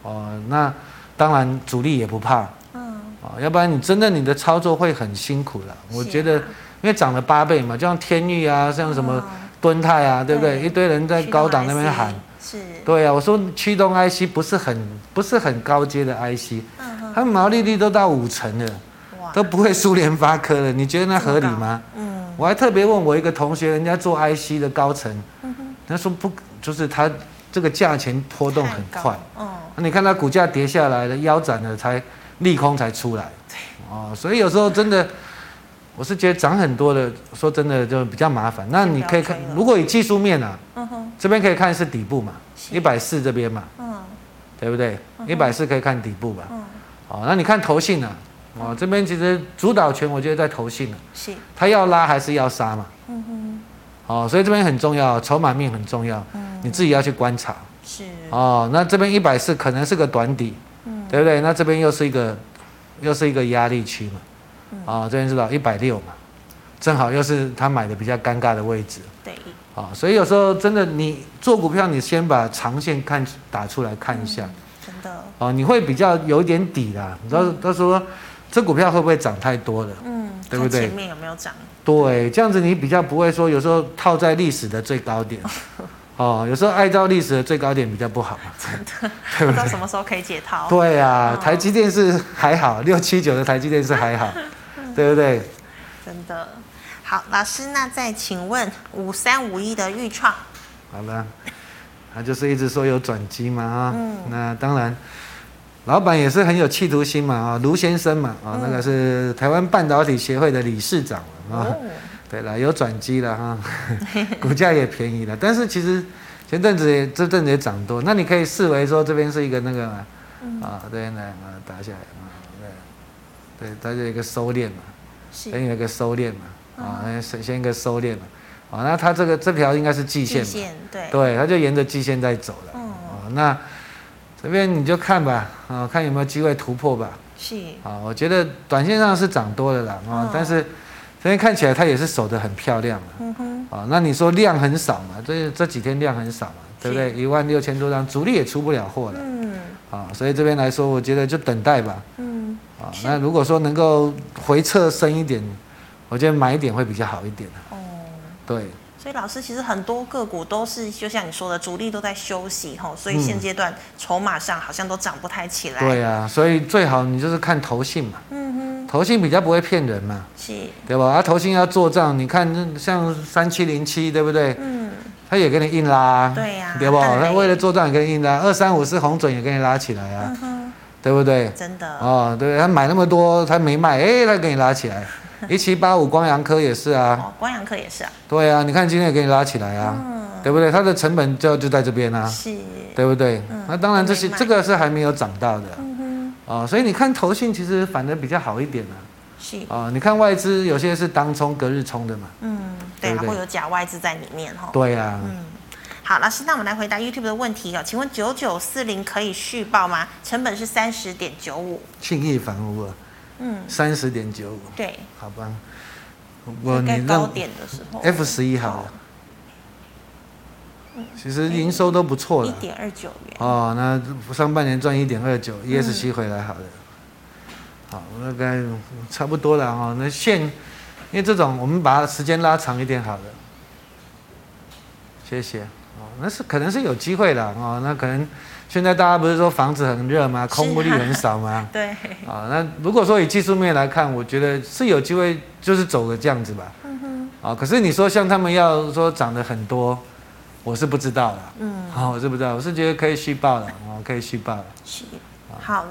哦，那当然主力也不怕嗯，哦，要不然你真的你的操作会很辛苦了。我是啊觉得，因为涨了八倍嘛，就像天域啊，像什么嗯敦泰啊，对不对？对一堆人在驱动高档那边 IC 喊。是，对啊呀、我说驱动 IC 不是很不是很高阶的 IC，嗯哼，它毛利率都到五成了，哇，都不会输联发科了，你觉得那合理吗？嗯，我还特别问我一个同学，人家做 IC 的高层嗯哼，他说不，就是它这个价钱波动很太快高，，嗯，啊那你看它股价跌下来了，腰斩了才利空才出来，哦，所以有时候真的。我是觉得涨很多的，说真的就比较麻烦。那你可以看先不要追，了如果以技术面啊，嗯哼，这边可以看是底部嘛，是一百四这边嘛，嗯对不对？嗯哼一百四可以看底部吧。嗯，哦，那你看投信呢、啊？哦，这边其实主导权我觉得在投信了、是，他要拉还是要杀嘛？嗯哼，哦，所以这边很重要，筹码面很重要，嗯你自己要去观察。是，哦，那这边一百四可能是个短底，嗯对不对？那这边又是一个又是一个压力区嘛。嗯哦，这边是到一百六嘛，正好又是他买的比较尴尬的位置。对，啊、所以有时候真的，你做股票，你先把长线看打出来看一下，真的，哦，你会比较有一点底啦。你到到时候这股票会不会涨太多了？嗯，对不对看前面有没有涨？对，这样子你比较不会说有时候套在历史的最 高点，哦，有时候按照历史的最高点比较不好嘛。不知道什么时候可以解套。对啊哦，台积电是还好，六七九的台积电是 还好，对不对？真的。好，老师，那再请问五三五一的预创，好了，他就是一直说有转机嘛啊、嗯那当然，老板也是很有企图心嘛啊、卢先生嘛嗯啊、那个是台湾半导体协会的理事长嘛啊、哦，对了，有转机了哈， 股价也便宜了，但是其实前阵子也这阵子也涨多，那你可以视为说这边是一个那个嘛嗯啊，这边呢啊打下来啊，对，对，它就有一个收敛嘛，是先有一个收敛嘛，啊，先先一个收敛嘛，啊，那它这个这条应该是季线季嘛，线，对，对，它就沿着季线在走了，嗯啊，那这边你就看吧，啊，看有没有机会突破吧，是，啊，我觉得短线上是涨多了啦，啊嗯，但是这边看起来它也是守得很漂亮嘛。嗯哼，啊，那你说量很少嘛？这这几天量很少嘛，对不对？一万六千多张，主力也出不了货了嗯啊，所以这边来说，我觉得就等待吧。嗯，啊，那如果说能够回撤深一点，我觉得买一点会比较好一点。啊哦，对，所以老师，其实很多个股都是就像你说的，主力都在休息吼，所以现阶段筹码上好像都涨不太起来。对啊，所以最好你就是看投信嘛，嗯哼，投信比较不会骗人嘛，是，对吧？啊，投信要做账，你看那像三七零七，对不对？嗯，它也给你硬拉啊，对呀对不？更累它为了做账也给你硬拉，二三五四红准也给你拉起来啊，嗯哼，对不对？真的，哦，对，他买那么多，他没卖，哎，他给你拉起 来。一七八五光阳科也是啊，哦，光阳课也是啊，对啊，你看今天也给你拉起来啊，嗯，对不对？它的成本就就在这边啊，是，对不对嗯？那当然这些都没卖这个是还没有长大的嗯哼，哦，所以你看投信其实反而比较好一点啊。是，哦，你看外资有些是当冲隔日冲的嘛，嗯，对啊，对不对会有假外资在里面吼。对啊，嗯，好，老师，那我们来回答 YouTube 的问题哦，请问九九四零可以续报吗？成本是三十点九五，信义房屋啊，嗯，三十点九五，对，好吧，我你在高让点的时候 F 十一好了，其实营收都不错哦一了。点二九元，哦，那上半年赚一点二嗯九，ES 七回来好了。好，我大概差不多了哦。那现，因为这种我们把时间拉长一点好了。谢谢。哦，那是可能是有机会的哦。那可能现在大家不是说房子很热吗？是啊空屋率很少吗？ 对，啊、那如果说以技术面来看，我觉得是有机会，就是走个这样子吧。嗯哼，啊、可是你说像他们要说涨得很多，我是不知道了。嗯，好、我知不知道？我是觉得可以续报了，哦，可以续报了。是，好。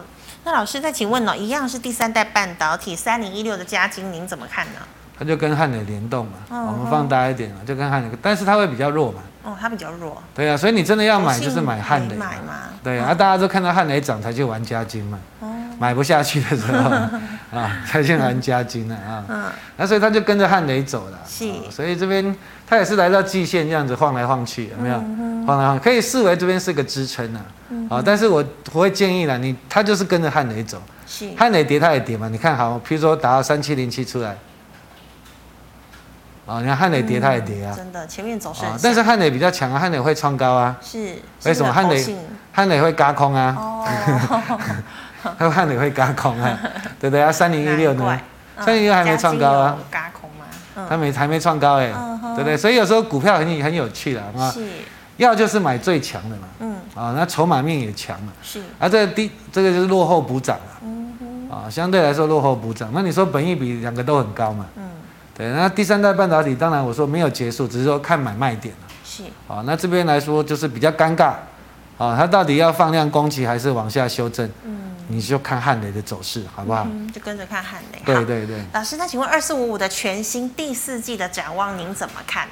那老师，再请问哦，一样是第三代半导体三零一六的加金，您怎么看呢？它就跟汉磊联动嘛，哦嗯我们放大一点嘛，就跟汉磊，但是它会比较弱嘛，哦，它比较弱，对啊，所以你真的要买投信就是买汉没磊哦买嘛，嘛，对啊，大家都看到汉磊涨才去玩加金嘛，哦，买不下去的时 候啊，才去玩加金了啊，嗯，那所以它就跟着汉磊走了，是啊所以这边它也是来到季线这样子晃来晃去，有没有？嗯晃来晃，可以视为这边是个支撑啊，啊，但是我我会建议啦，你它就是跟着汉磊走。是，汉磊跌它也跌嘛，你看好，譬如说打到三七零七出来，啊、你看汉磊嗯跌它也跌啊，真的，前面走势啊、很像，但是汉磊比较强啊，汉磊会创高啊，是为什么汉磊？是不是有投 信汉磊会嘎空啊，哦，还有汉磊会嘎 空啊，对不对啊？三零一六难呢嗯怪，，嗯三零一六还没创高啊，嘎空吗？它嗯，没还没创高哎、嗯哼对不对？所以有时候股票很很有趣的啊，是，要就是买最强的嘛，嗯，啊、那筹码面也强嘛，是，啊，这个低这个就是落后补涨啊，嗯哼，啊、相对来说落后补涨，那你说本益比两个都很高嘛？嗯，对，那第三代半导体，当然我说没有结束，只是说看买卖点了。是，啊、那这边来说就是比较尴尬，啊、它到底要放量攻击还是往下修正，嗯，你就看汉雷的走势，好不好？嗯，就跟着看汉磊。啊对好。对对，老师，那请问二四五五的全新第四季的展望您怎么看？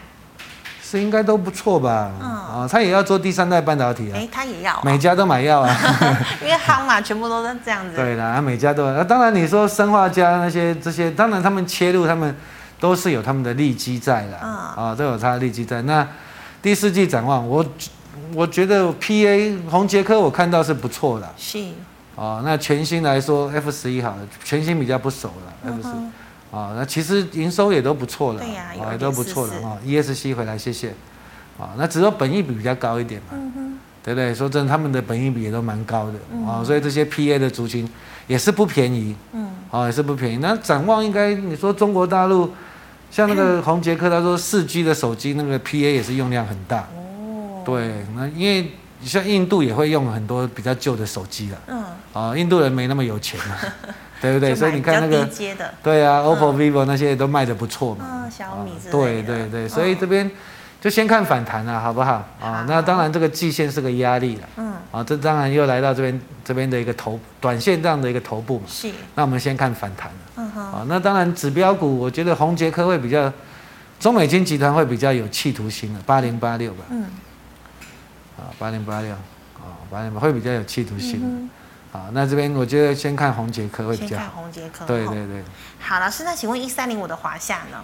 是应该都不错吧？啊、嗯它也要做第三代半导体啊，哎，他也要哦，每家都买药 啊，因为夯嘛，全部都是这样子。对啦，啊每家都，那、当然你说生化家那些这些，当然他们切入他们都是有他们的利基在啦，啊、嗯都有它的利基在。那第四季展望，我我觉得 P A 红杰科我看到是不错的。是，哦，那全新来说，F 十一好了，全新比较不熟了嗯，F 十哼，啊，那其实营收也都不错了，对呀哦有也都不错了1.44啊，ESC 回来谢谢，啊，那只有本益比比较高一点嘛，嗯哼，对不对？说真的，他们的本益比也都蛮高的啊，所以这些 PA 的族群也是不便宜嗯，啊，也是不便宜。那展望应该你说中国大陆，像 那个洪杰克他说四 G 的手机那个 PA 也是用量很大，哦，对，那因为像印度也会用很多比较旧的手机了。嗯，啊，印度人没那么有钱 嘛，对不对？就买所以你看那比较个低，阶的，对啊，OPPO、vivo 那些都卖的不错嘛。啊嗯，小米之类的。对对对，所以嗯这边就先看反弹了、好不好？好啊，那当然这个季线是个压力了，嗯，啊，这当然又来到这边这边的一个头短线这样的一个头部嘛。是，那我们先看反弹了嗯哼，啊，那当然指标股，我觉得红杰科会比较，中美金集团会比较有企图心的，啊八零八六吧，嗯，啊，八零八六，啊，八零八会比较有企图心的。嗯啊，那这边我觉得先看红杰科会哼比先较好看。红杰科。对哦对对，好，老师，那请问一三零五的华夏呢？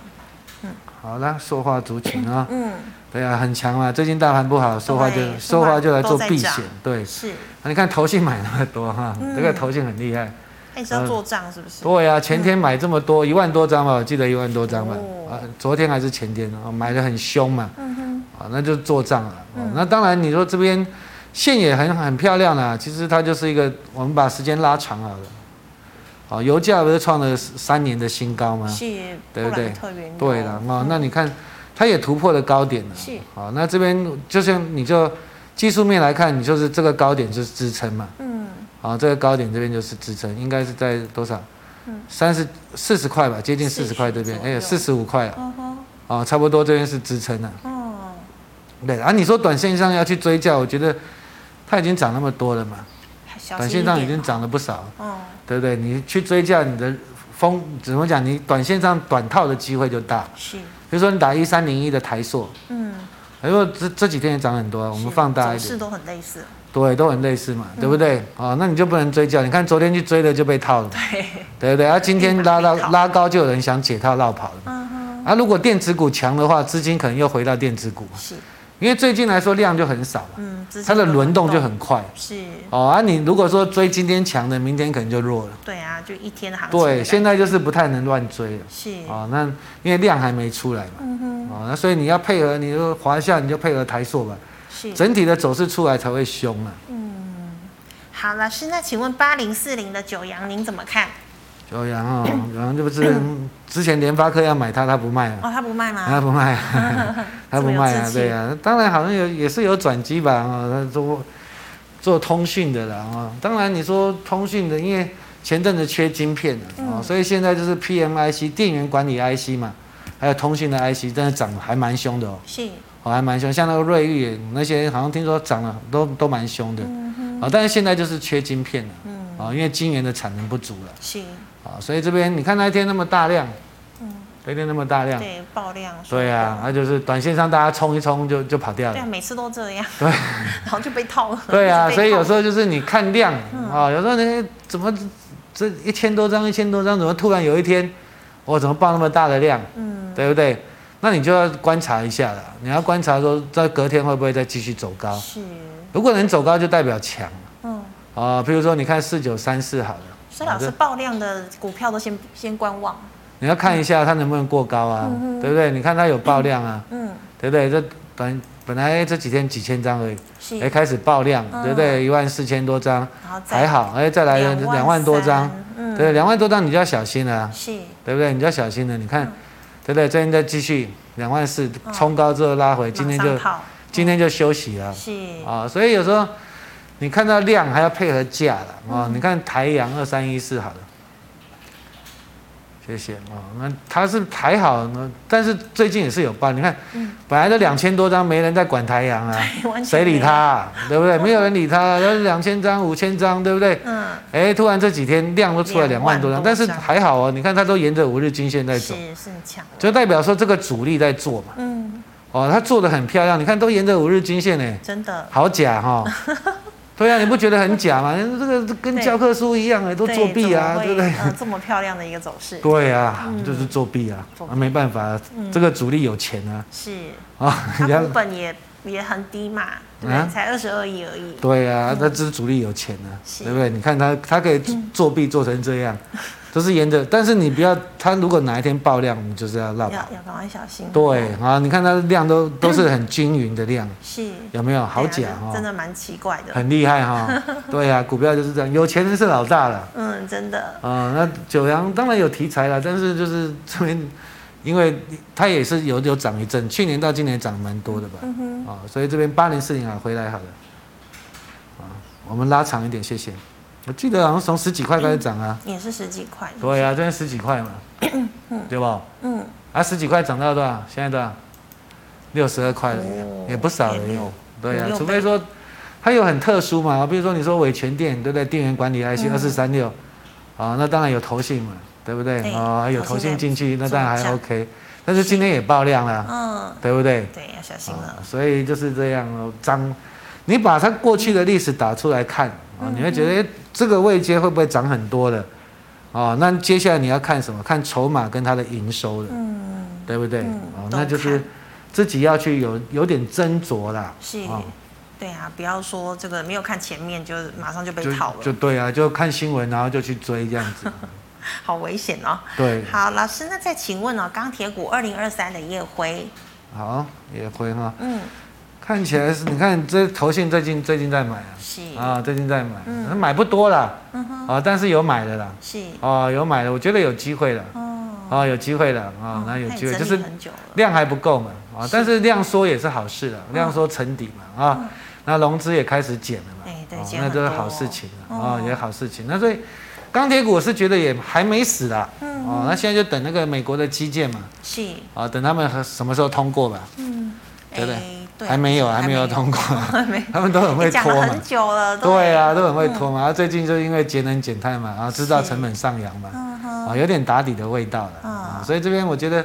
好啦，塑化族群 啊，嗯，对啊，很强啊。最近大盘不好，塑化就对塑化就来做避塑化险都在涨。对，嗯啊是，那你看投信买那么多哈，嗯这个投信很厉害。那你是要做账是不是？对啊，前天买这么嗯多，一万多张吧，我记得一万多张吧哦。啊，昨天还是前天啊，买的很凶嘛。嗯哼，啊，那就做账了。嗯哦那当然，你说这边线也很很漂亮啦，其实它就是一个，我们把时间拉长好了。啊，油价不是创了三年的新高吗？是对不布对兰特原油对了，哦，那你看它也突破了高点了。嗯是，好，那这边就是你就技术面来看，你就是这个高点就是支撑嘛。嗯，好，这个高点这边就是支撑，应该是在多少嗯？三十四十块吧，接近四十块这边， 40哎呀，左四十五块啊，哦吼，啊，差不多这边是支撑啊。哦，对啊，你说短线上要去追价，我觉得它已经涨那么多了嘛，还小短心一线点啊上已经涨了不少，哦，对不对？你去追价，你的风怎么讲？你短线上短套的机会就大。是，比如说你打一三零一的台塑，嗯，哎呦，这这几天也涨很多啊，我们放大一走势点，都很类似，对，都很类似嘛，嗯对不对？啊、那你就不能追价。你看昨天去追的就被套了嘛，对，对不对？啊，今天拉到嗯被套拉高就有人想解套绕跑了嘛。嗯哼，啊，如果电子股强的话，资金可能又回到电子股，是，因为最近来说量就很少嘛，嗯，资金它的轮动就流很快。是，哦，啊，你如果说追今天强的，明天可能就弱了。对啊，就一天的行情的感觉，对，现在就是不太能乱追了。是，哦，那因为量还没出来嘛。嗯哼，哦，那所以你要配合，你就华夏你就配合台塑吧，是，整体的走势出来才会凶啊。好，老师，那请问八零四零的九阳您怎么看？九阳哦，九阳这不 是之前联发科要买它，它不卖啊，哦，他不卖吗？它不卖 啊，它不卖这么有啊志，气对啊，当然好像有也是有转机吧，哦，它做做通讯的啦，哦，当然你说通讯的，因为前阵子缺晶片啊，嗯哦，所以现在就是 PMIC 电源管理 IC 嘛，还有通讯的 IC，真的涨得还蛮凶的哦。是，哦，还蛮凶，像那个瑞昱也那些，好像听说涨了，都都蛮凶的。啊、但是现在就是缺晶片了，啊、因为晶圆的产能不足了，是，啊、所以这边你看那一天那么大量，那一天那么大量，对，爆量，对啊，，那就是短线上大家冲一冲就就跑掉对啊，了，每次都这样，对， 然 后就被套了，对啊，所以有时候候就是你看量啊、有时候呢怎么这一千多张一千多张，怎么突然有一天，我、怎么爆那么大的量，嗯，对不对？那你就要观察一下了，你要观察说在隔天会不会再继续走高。是，如果能走高，就代表强嗯，啊。比如说，你看四九三四好了，所以老好师的爆量的股票都先先观望，你要看一下它能不能过高啊，对不对？你看它有爆量啊，嗯，对不对？这本本来这几天几千张而已，是，哎，开始爆量，嗯对不对？一万四千多张，然后还再好，哎，再来两万多张， 23，嗯，对，两万多张你就要小心了啊，是，对不对？你就要小心了。你嗯看，对不对？最近再继续两万四冲高之后拉回，今天马上就跑今天就休息了。是，啊、所以有时候你看到量还要配合价了啊、你看台阳二三一四好了，谢谢啊、那它是还好呢，但是最近也是有爆，你看、本来都两千多张，没人在管台阳啊，完全谁理没有他、？啊？对不对？没有人理他、啊，都是两千张、五千张，对不对？嗯，哎，突然这几天量都出来两万多张，两万多张但是还好哦，你看它都沿着五日均线在走，嗯是是很强的，就代表说这个主力在做嘛。嗯，哦，它做的很漂亮，你看都沿着五日均线呢、真的，好假 哈、对啊，你不觉得很假吗？这个这跟教科书一样哎，都对作弊怎啊，么会对不对？呃这么漂亮的一个走 势，对啊，就是作弊啊，作弊嗯啊没办法，这个主力有钱啊， 是，啊，它人家股本也也很低嘛，对不对啊才二十二亿而已，对啊，那这是主力有钱啊，是嗯对不对？你看他，他可以作弊做成这样，都是沿着，但是你不要，他如果哪一天爆量，你就是要绕要跑。要赶快小心。对啊，你看它的 量都都是很均匀的量，是，有没有？好对假啊哈、真的蛮奇怪的。很厉害哈、对啊，股票就是这样，有钱人是老大了。嗯，真的啊、那九阳当然有题材了，但是就是这边，因为它也是有有涨一阵，去年到今年涨蛮多的吧，啊、嗯所以这边八零四零啊回来好了，啊、我们拉长一点，谢谢。我记得好像从十几块开始涨啊，也是十几块。对啊，这边十几块嘛，对吧？嗯，啊，十几块涨到多少？现在多少？六十二块了耶哦，也不少了也耶有。对啊有，六除非说它有很特殊嘛，比如说你说维权店，对不对？电源管理嗯 IC 二四三六，啊，那当然有投信嘛，对不对对？啊，有投投信信进去，在那当然做还账 OK。但是今天也爆量了，嗯，对不对？对，要小心啊了。，所以就是这样哦，涨，你把它过去的历史打出来看嗯啊，你会觉得哎这个位阶会不会涨很多了？哦，那接下来你要看什么？看筹码跟它的营收了，嗯，对不对？嗯哦，都那就是看自己要去有有点斟酌啦。是哦，对啊，不要说这个没有看前面就马上就被就套就了，嗯对啊，就看新闻然后就去追这样子。好危险哦。对，好，老师，那再请问哦，钢铁股二零二三的夜辉，好也会哈，嗯，看起来是你看这投信最近最近在买是，嗯啊，啊最近在买，买不多啦，啊但是有买的啦。是，哦，有买的，我觉得有机会了。哦，哦，有机会了啊、哦哦那有它也机会，就整理是很久了，量还不够嘛，啊、啊，但是量缩也是好事了，量缩沉底嘛啊，那融资也开始减了嘛嗯哎，对哦减那很都是多好事情了哦啊，也好事情。那所以钢铁股我是觉得也还没死啦，嗯哦，那现在就等那个美国的基建嘛，是，啊，等他们和什么时候通过吧，对不对哎对，还没有啊，还没 有通过，没他们都很会讲了拖嘛很。久了，都对啊，都很嗯会拖嘛。啊最近就因为节能减碳嘛，然后制造成本上扬嘛，嗯哼，啊，有点打底的味道了。嗯啊，所以这边我觉得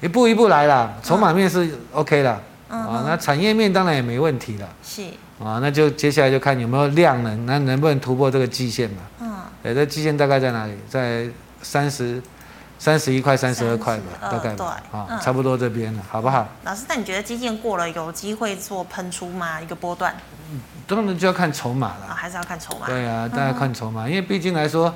一步一步来啦，筹码面是 OK 啦，嗯啊，那产业面当然也没问题了，是，啊，那就接下来就看有没有量能，那能不能突破这个季线嘛？嗯，对，这季线大概在哪里？在三十。三十一块、三十二块吧， 32大概吧，对啊嗯，差不多这边了，好不好？老师，那你觉得基建过了有机会做喷出吗？一个波段当然就要看筹码了啊，。还是要看筹码？对啊，大家嗯看筹码，因为毕竟来说，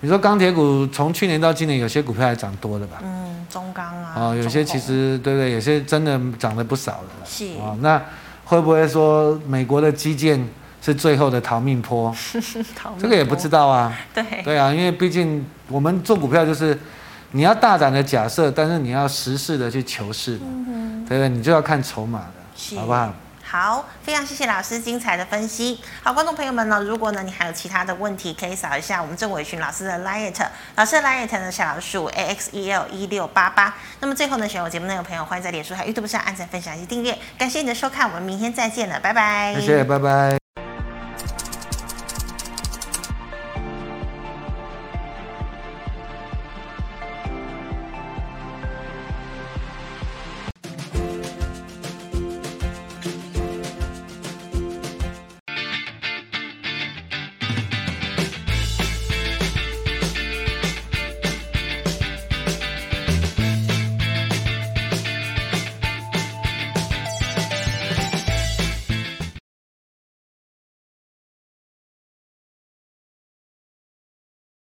你说钢铁股从去年到今年，有些股票还涨多了吧？嗯，中钢啊，哦，有些中其红实对不对？有些真的涨了不少了啦。是哦，那会不会说美国的基建是最后的逃命坡？ 讨论这个也不知道啊。多，对，对啊，因为毕竟我们做股票就是你要大胆的假设，但是你要实事的去求是嘛，对不对？你就要看筹码嗯是的，好不好？好，非常谢谢老师精彩的分析。好，观众朋友们呢，如果呢你还有其他的问题，可以扫一下我们郑伟群老师的 liet，老师的 liet 呢小老鼠 a x e l 一六八八。那么最后呢，喜欢我节目内容的朋友，欢迎在脸书还有 YouTube 上按赞、分享以及订阅。感谢你的收看，我们明天再见了，拜拜。谢谢，拜拜。